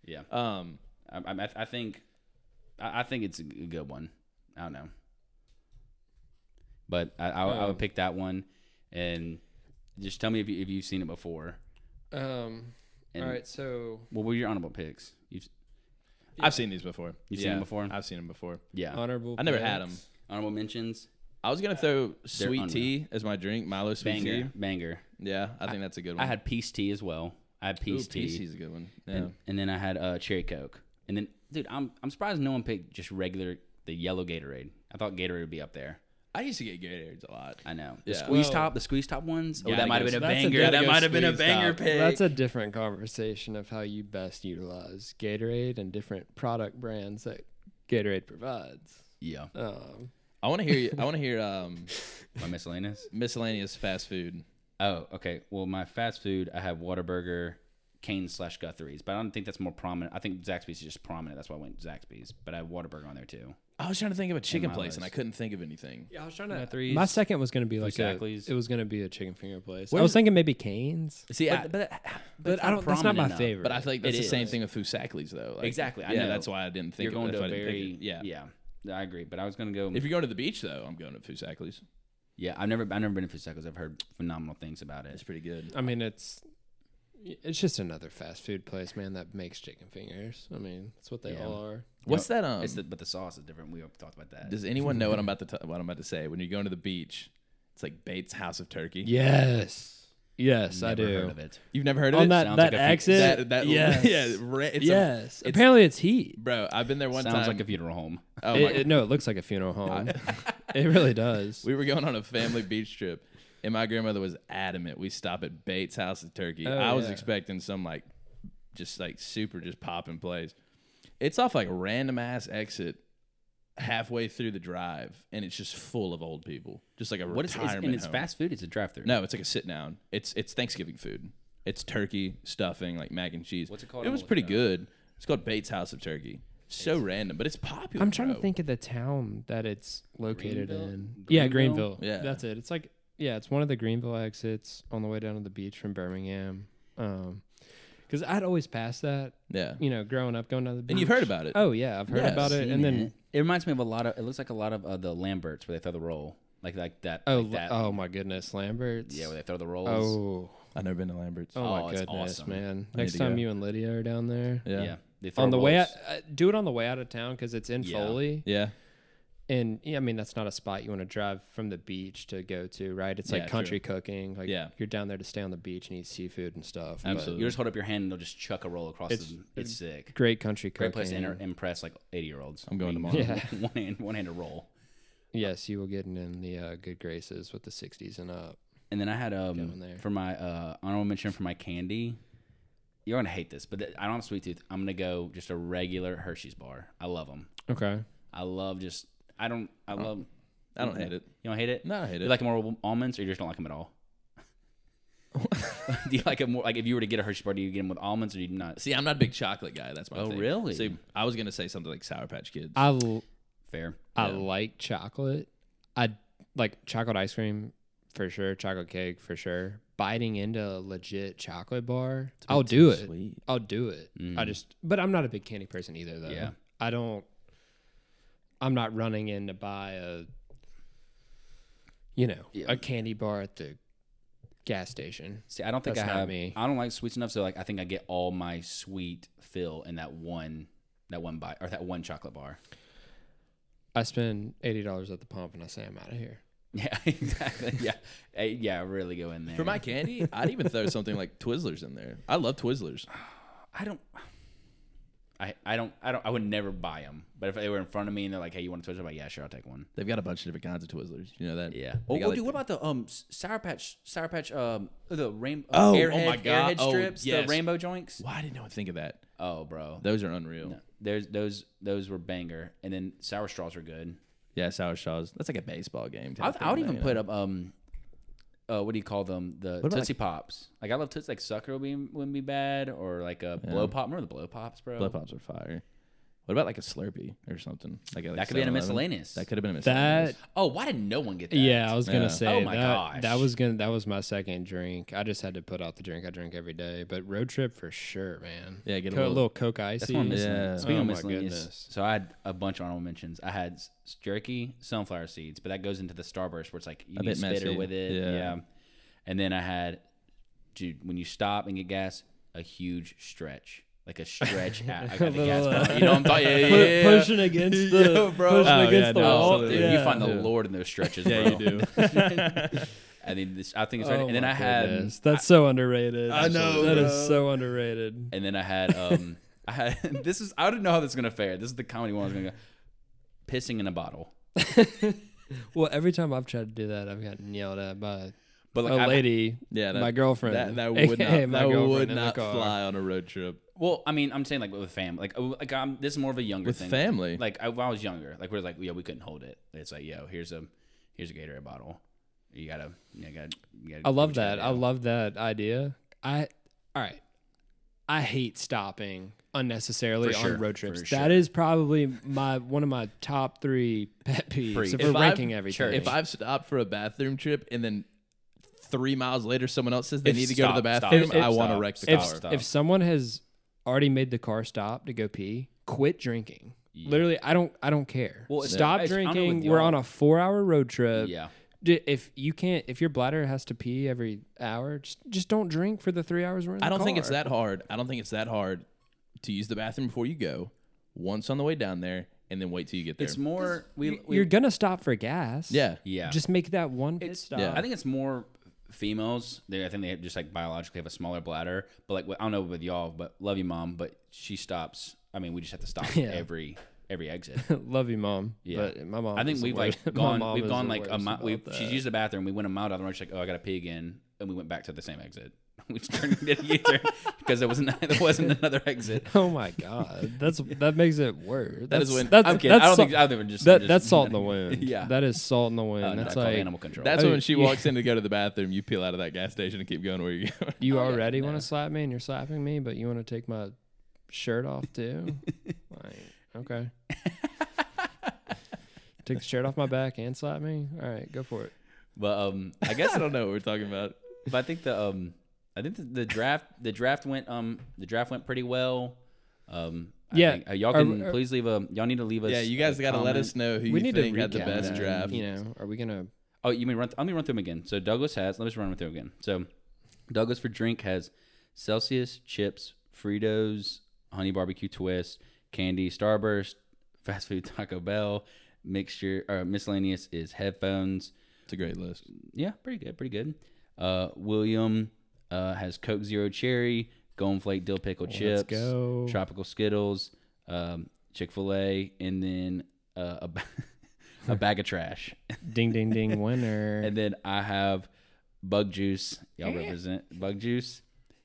Yeah, um, I, I, I think I, I think it's a g- good one. I don't know, but I, I, I would Um, pick that one, and just tell me if you if you've seen it before. Um, And all right, so What were your honorable picks? You've I've seen these before. you've seen Yeah, them before? I've seen them before. yeah. honorable. I never had them. picks. honorable mentions. I was gonna throw sweet unreal. tea as my drink, Milo sweet Banger. tea. Banger. Yeah, I think that's a good one. I had peace tea as well. I had Ooh, peace tea. peace tea's a good one. Yeah. And, and then I had uh, cherry coke. And then dude, I'm I'm surprised no one picked just regular the yellow Gatorade. I thought Gatorade would be up there. I used to get Gatorades a lot. I know. The Yeah. squeeze Well- top, the squeeze top ones. Oh, Gotta that might have go- been a that's a banger. gotta that go might have been a squeeze banger top. pick. That's a different conversation of how you best utilize Gatorade and different product brands that Gatorade provides. yeah. Um, I want to hear. You, I want to hear um, My miscellaneous. miscellaneous fast food. Oh, okay. Well, my fast food, I have Whataburger, Cane's slash Guthrie's, but I don't think that's more prominent. I think Zaxby's is just prominent. That's why I went Zaxby's, but I have Whataburger on there too. I was trying to think of a chicken my place list. and I couldn't think of anything. yeah, I was trying to. Guthrie's. My second was going to be like a, Fusacli's. it was going to be a chicken finger place. Where I was is- thinking maybe Canes, See, I, but, but, but, but I don't. That's not prominent my enough. favorite. I think that's It the same is. thing with Fusacli's though. Like, Exactly, I yeah, know. that's why I didn't think. You're of going that's to why a I didn't very think of it. yeah. yeah. I agree, but I was gonna go. If you're going to the beach though, I'm going to Fusacli's. yeah, I've never I've never been to Fusacos. I've heard phenomenal things about it. It's pretty good. I mean, it's it's just another fast food place, man, that makes chicken fingers. I mean, that's what they Yeah. all are. What's that? Um, It's the, but the sauce is different. We talked about that. does anyone know what I'm about to t- what I'm about to say? When you're going to the beach, it's like Bates House of Turkey. Yes, yes, Never I do. Heard of it. You've never heard of On it? that Sounds that like a fu- exit, that, that yes, yeah, ra- it's a- yes. Apparently, it's heat. bro, I've been there one Sounds time. like a funeral home. oh my It, it- no, it looks like a funeral home. it really does. We were going on a family beach trip, and my grandmother was adamant we stop at Bates House of Turkey. Oh, I was yeah. expecting some like, just like super just popping place. It's off like a random ass exit halfway through the drive, and it's just full of old people. Just like a What is it's, retirement and it's home. fast food. It's a drive-through. No, it's like a sit down. It's it's Thanksgiving food. It's turkey stuffing, like mac and cheese. What's it called? It I'm was gonna pretty look it good. It's called Bates House of Turkey. So random, but it's popular. I'm trying to bro. think of the town that it's located Greenville? in. Yeah, Greenville? Greenville. Yeah. that's it. It's like yeah, it's one of the Greenville exits on the way down to the beach from Birmingham. Um, because I'd always pass that, Yeah, you know, growing up, going down the beach. and you've heard about it. Oh yeah, I've heard Yeah, about it. Seen And then it reminds me of a lot of. It looks like a lot of uh, the Lamberts where they throw the roll, like like that. oh like that. oh my goodness, Lambert's. yeah, where they throw the rolls. Oh, I've never been to Lambert's. oh Oh, my it's goodness, awesome. man! need Next to time go. you and Lydia are down there, yeah, yeah. They throw on the way out, rolls. uh, do it on the way out of town because it's in Yeah. Foley. yeah. and yeah, I mean that's not a spot you want to drive from the beach to go to, right? It's Yeah, like country cooking. Like Yeah. you're down there to stay on the beach and eat seafood and stuff. but Absolutely. You just hold up your hand and they'll just chuck a roll across. It's, It's- the, it's sick. Great country cooking. Great place to enter, impress like eighty year olds. I'm going one, tomorrow. Yeah. one hand, one hand to roll. Yes, you will get in the uh, good graces with the 60s and up. And then I had um Going there. for my uh, honorable mention for my candy. You're gonna hate this, but th- I don't have sweet tooth. I'm gonna go just a regular Hershey's bar. I love them. Okay. I love just. I don't. I love. I don't hate it. You don't hate it. No, I hate it. Do you like them more with almonds, or you just don't like them at all? do you like it more? Like if you were to get a Hershey bar, do you get them with almonds, or do you not? See, I'm not a big chocolate guy. That's my Oh, thing. really? See, I was gonna say something like Sour Patch Kids. I, l- Fair. I like chocolate. I like chocolate ice cream for sure, chocolate cake for sure. biting into a legit chocolate bar, I'll do it. Sweet. I'll do it. I just, but I'm not a big candy person either, though. Yeah. I don't. I'm not running in to buy a, you know, a candy bar at the gas station. See, I don't think That's I not have. me. I don't like sweets enough, so like I think I get all my sweet fill in that one, that one bite or that one chocolate bar. I spend eighty dollars at the pump, and I say I'm out of here. Yeah, exactly. yeah, Eh, yeah. Really go in there. For my candy, I'd even throw something like Twizzlers in there. I love Twizzlers. I don't. I, I don't I don't I would never buy them. But if they were in front of me and they're like, "Hey, you want to twist?" I'm like, "Yeah, sure, I'll take one." They've got a bunch of different kinds of Twizzlers. You know that? Yeah. They Oh, got, oh like, dude, what about the um s- sour patch sour patch um the rainbow Oh, oh airhead, my God. airhead Oh, strips yes. the rainbow joints? Why did no one think of that? Oh, bro, Those are unreal. there's those those were banger, and then sour straws were good. Yeah, sour straws. That's like a baseball game. type I, I would thing, even you put know? up um, uh, what do you call them? The about, tootsie pops. Like I love tootsie. Like sucker would be wouldn't be bad, or like a blow pop. Remember the blow pops, bro? blood pops are fire. What about like a Slurpee or something? Like, a- like That could be in a 7-Eleven? miscellaneous. That could have been a miscellaneous. That oh, why did no one get that? yeah, I was gonna Yeah. say Oh my that. gosh. That was gonna that was my second drink. I just had to put out the drink I drink every day, but road trip for sure, man. Yeah, get a Co- little- little Coke icy. That's one miscellaneous. Yeah. Speaking Oh of my miscellaneous, goodness. so I had a bunch of honorable mentions. I had s- jerky, sunflower seeds, but that goes into the starburst where it's like you A need a bit spitter messy. with it. Yeah. Yeah. And then I had, dude, when you stop and get gas, a huge stretch, like a stretch. at, I got the gas. little, uh, pump. You know what I'm talking? Yeah, Pu- yeah, yeah. pushing against the pushing Oh, yeah, against the no, wall. Dude, yeah. You find the Lord in those stretches, bro. do. I mean, this, I think it's right. Oh and then my I had, goodness. that's so underrated. I know, that is bro. so underrated. and then I had, um, I had. This is I didn't know how this is gonna fare. This is the comedy one I was gonna go. Pissing in a bottle, Well, every time I've tried to do that, I've gotten yelled at by but like a I've- lady. Yeah, that- my girlfriend. That, that would AKA not, my that girlfriend would in the not car. fly on a road trip. Well, I mean, I'm saying like with family, like oh, like I'm, this is more of a younger With thing. family? like I, when I was younger, like we're like yeah, we couldn't hold it. It's like yo, here's a here's a Gatorade bottle. You gotta, you gotta, you gotta I love you gotta do. that. I love that idea. I all right. I hate stopping unnecessarily For sure, on road for trips. sure. That is probably my one of my top three pet peeves. If If, we're I've- ranking everything, If I've stopped for a bathroom trip and then three miles later someone else says they If- need to go to the stop, stop, bathroom, stop, I want to stop, wreck the if, car. stop. if someone has already made the car stop to go pee, quit drinking. Literally, I don't. I don't care. Well, it's- Stop it's- I'm with drinking. We're y'all. on a four-hour road trip. Yeah. D- If you can't, if your bladder has to pee every hour, just just don't drink for the three hours we're in. I the don't think it's car. that hard. I don't think it's that hard to use the bathroom before you go, once on the way down there, and then wait till you get there. It's more we, we You're gonna stop for gas. yeah. yeah. Just make that one pit stop. yeah. I think it's more females. They, I think they just like biologically have a smaller bladder. But like I don't know with y'all, but love you, mom. But she stops. I mean, we just have to stop every every exit. Love you, mom. Yeah. But my mom. I think is the we've worst. like My gone. mom We've is gone the like a worst mile. about We that. she's used the bathroom. We went a mile down the road. She's like, "Oh, I gotta pee again," and we went back to the same exit. We just turned did a U-turn because there wasn't there wasn't another exit. Oh my god, that's that makes it worse. That is That's, when- that's, I'm kidding. That's I don't so- think I don't think just that just- that's salt in the wind. Yeah. that is salt in the wind. Uh, no, I that's call it like animal control. That's Oh, when she yeah. walks in to go to the bathroom, you peel out of that gas station and keep going where you go. Oh, you already want to slap me and you're slapping me, but you want to take my shirt off too. like, okay. Take the shirt off my back and slap me. All right, go for it. but um, I guess I don't know what we're talking about. but I think the um, I think the, the draft the draft went um the draft went pretty well. Um, I Yeah. think- uh, y'all Are- can are- please leave a y'all need to leave us. Yeah, you guys a got to let comment. us know who you we need think to recap had the best that. draft. You know, are we gonna? Oh, you mean run? Th- let me run through them again. So Douglas has. Let me just run through them again. So Douglas for drink has Celsius, chips, Fritos, honey barbecue twist, candy, Starburst, fast food Taco Bell, mixture. Or miscellaneous is headphones. It's a great list. Yeah, pretty good, pretty good. Uh, William uh, has Coke Zero Cherry, Golden Flake Dill Pickle Chips, go. Tropical Skittles, um, Chick Fil A, and then uh, a, ba- a bag of trash. Ding ding ding, winner. And then I have Bug Juice. Y'all represent Bug Juice,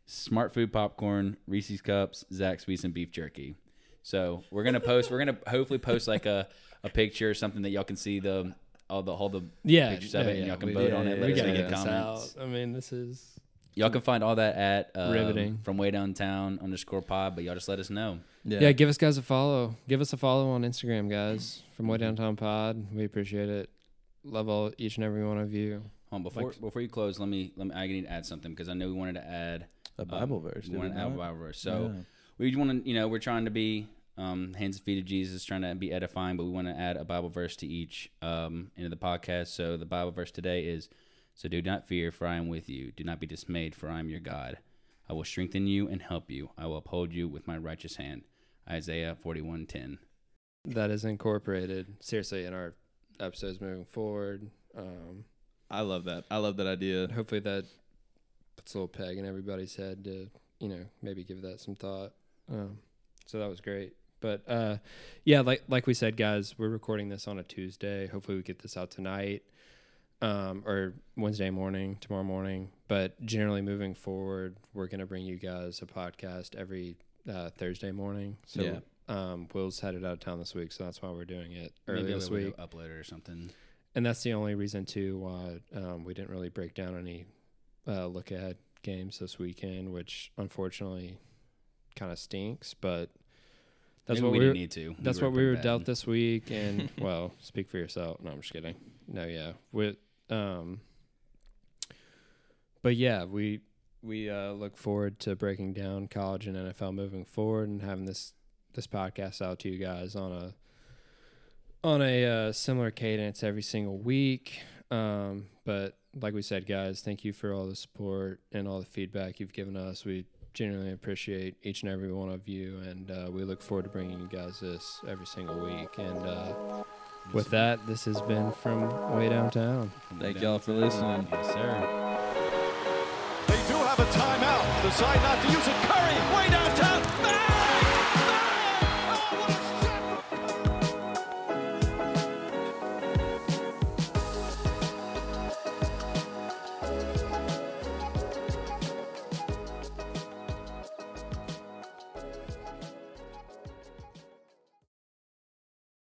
Smart Food Popcorn, Reese's Cups, Zaxby's, and Beef Jerky. So we're gonna post. We're gonna hopefully post like a, a picture or something that y'all can see the all the all the Yeah, pictures of yeah, it, and yeah, y'all can we- vote on it. yeah, Let we us know gotta your get this comments. I mean, this is Y'all can find all that at um, Riveting. from way downtown underscore pod. But y'all just let us know. yeah. Give us guys a follow. Give us a follow on Instagram, guys. From Way Downtown Pod, we appreciate it. Love all each and every one of you. Hold on, before before you close, let me let me. I need to add something because I know we wanted to add A Bible verse, We did wanted we to add a not? Bible verse. So we want to, you know, we're trying to be um, hands and feet of Jesus, trying to be edifying, but we want to add a Bible verse to each um, into the podcast. So the Bible verse today is, "So do not fear, for I am with you. Do not be dismayed, for I am your God. I will strengthen you and help you. I will uphold you with my righteous hand." Isaiah forty one ten. that is incorporated seriously in our episodes moving forward. Um, I love that. I love that idea. and hopefully that puts a little peg in everybody's head to you know maybe give that some thought. Um, so that was great. But uh, yeah, like like we said, guys, we're recording this on a Tuesday. Hopefully, we get this out tonight um, or Wednesday morning, tomorrow morning. But generally, moving forward, we're gonna bring you guys a podcast every uh, Thursday morning. So Yeah. um, Will's headed out of town this week, so that's why we're doing it early Maybe this I'll week upload it or something. and that's the only reason too why um, we didn't really break down any uh, look ahead games this weekend, which unfortunately kind of stinks. But that's Maybe what we we were, didn't need to. that's what we pretty were bad. dealt this week. And well, speak for yourself. No, I'm just kidding. No, yeah, with um, but yeah, we we uh, look forward to breaking down college and NFL moving forward and having this this podcast out to you guys on a on a uh, similar cadence every single week. Um, but like we said, guys, thank you for all the support and all the feedback you've given us. We genuinely appreciate each and every one of you, and uh, we look forward to bringing you guys this every single week. And uh, with that, this has been from way downtown. Thank y'all for listening. Yes, sir. They do have a timeout. Decide not to use it. Curry.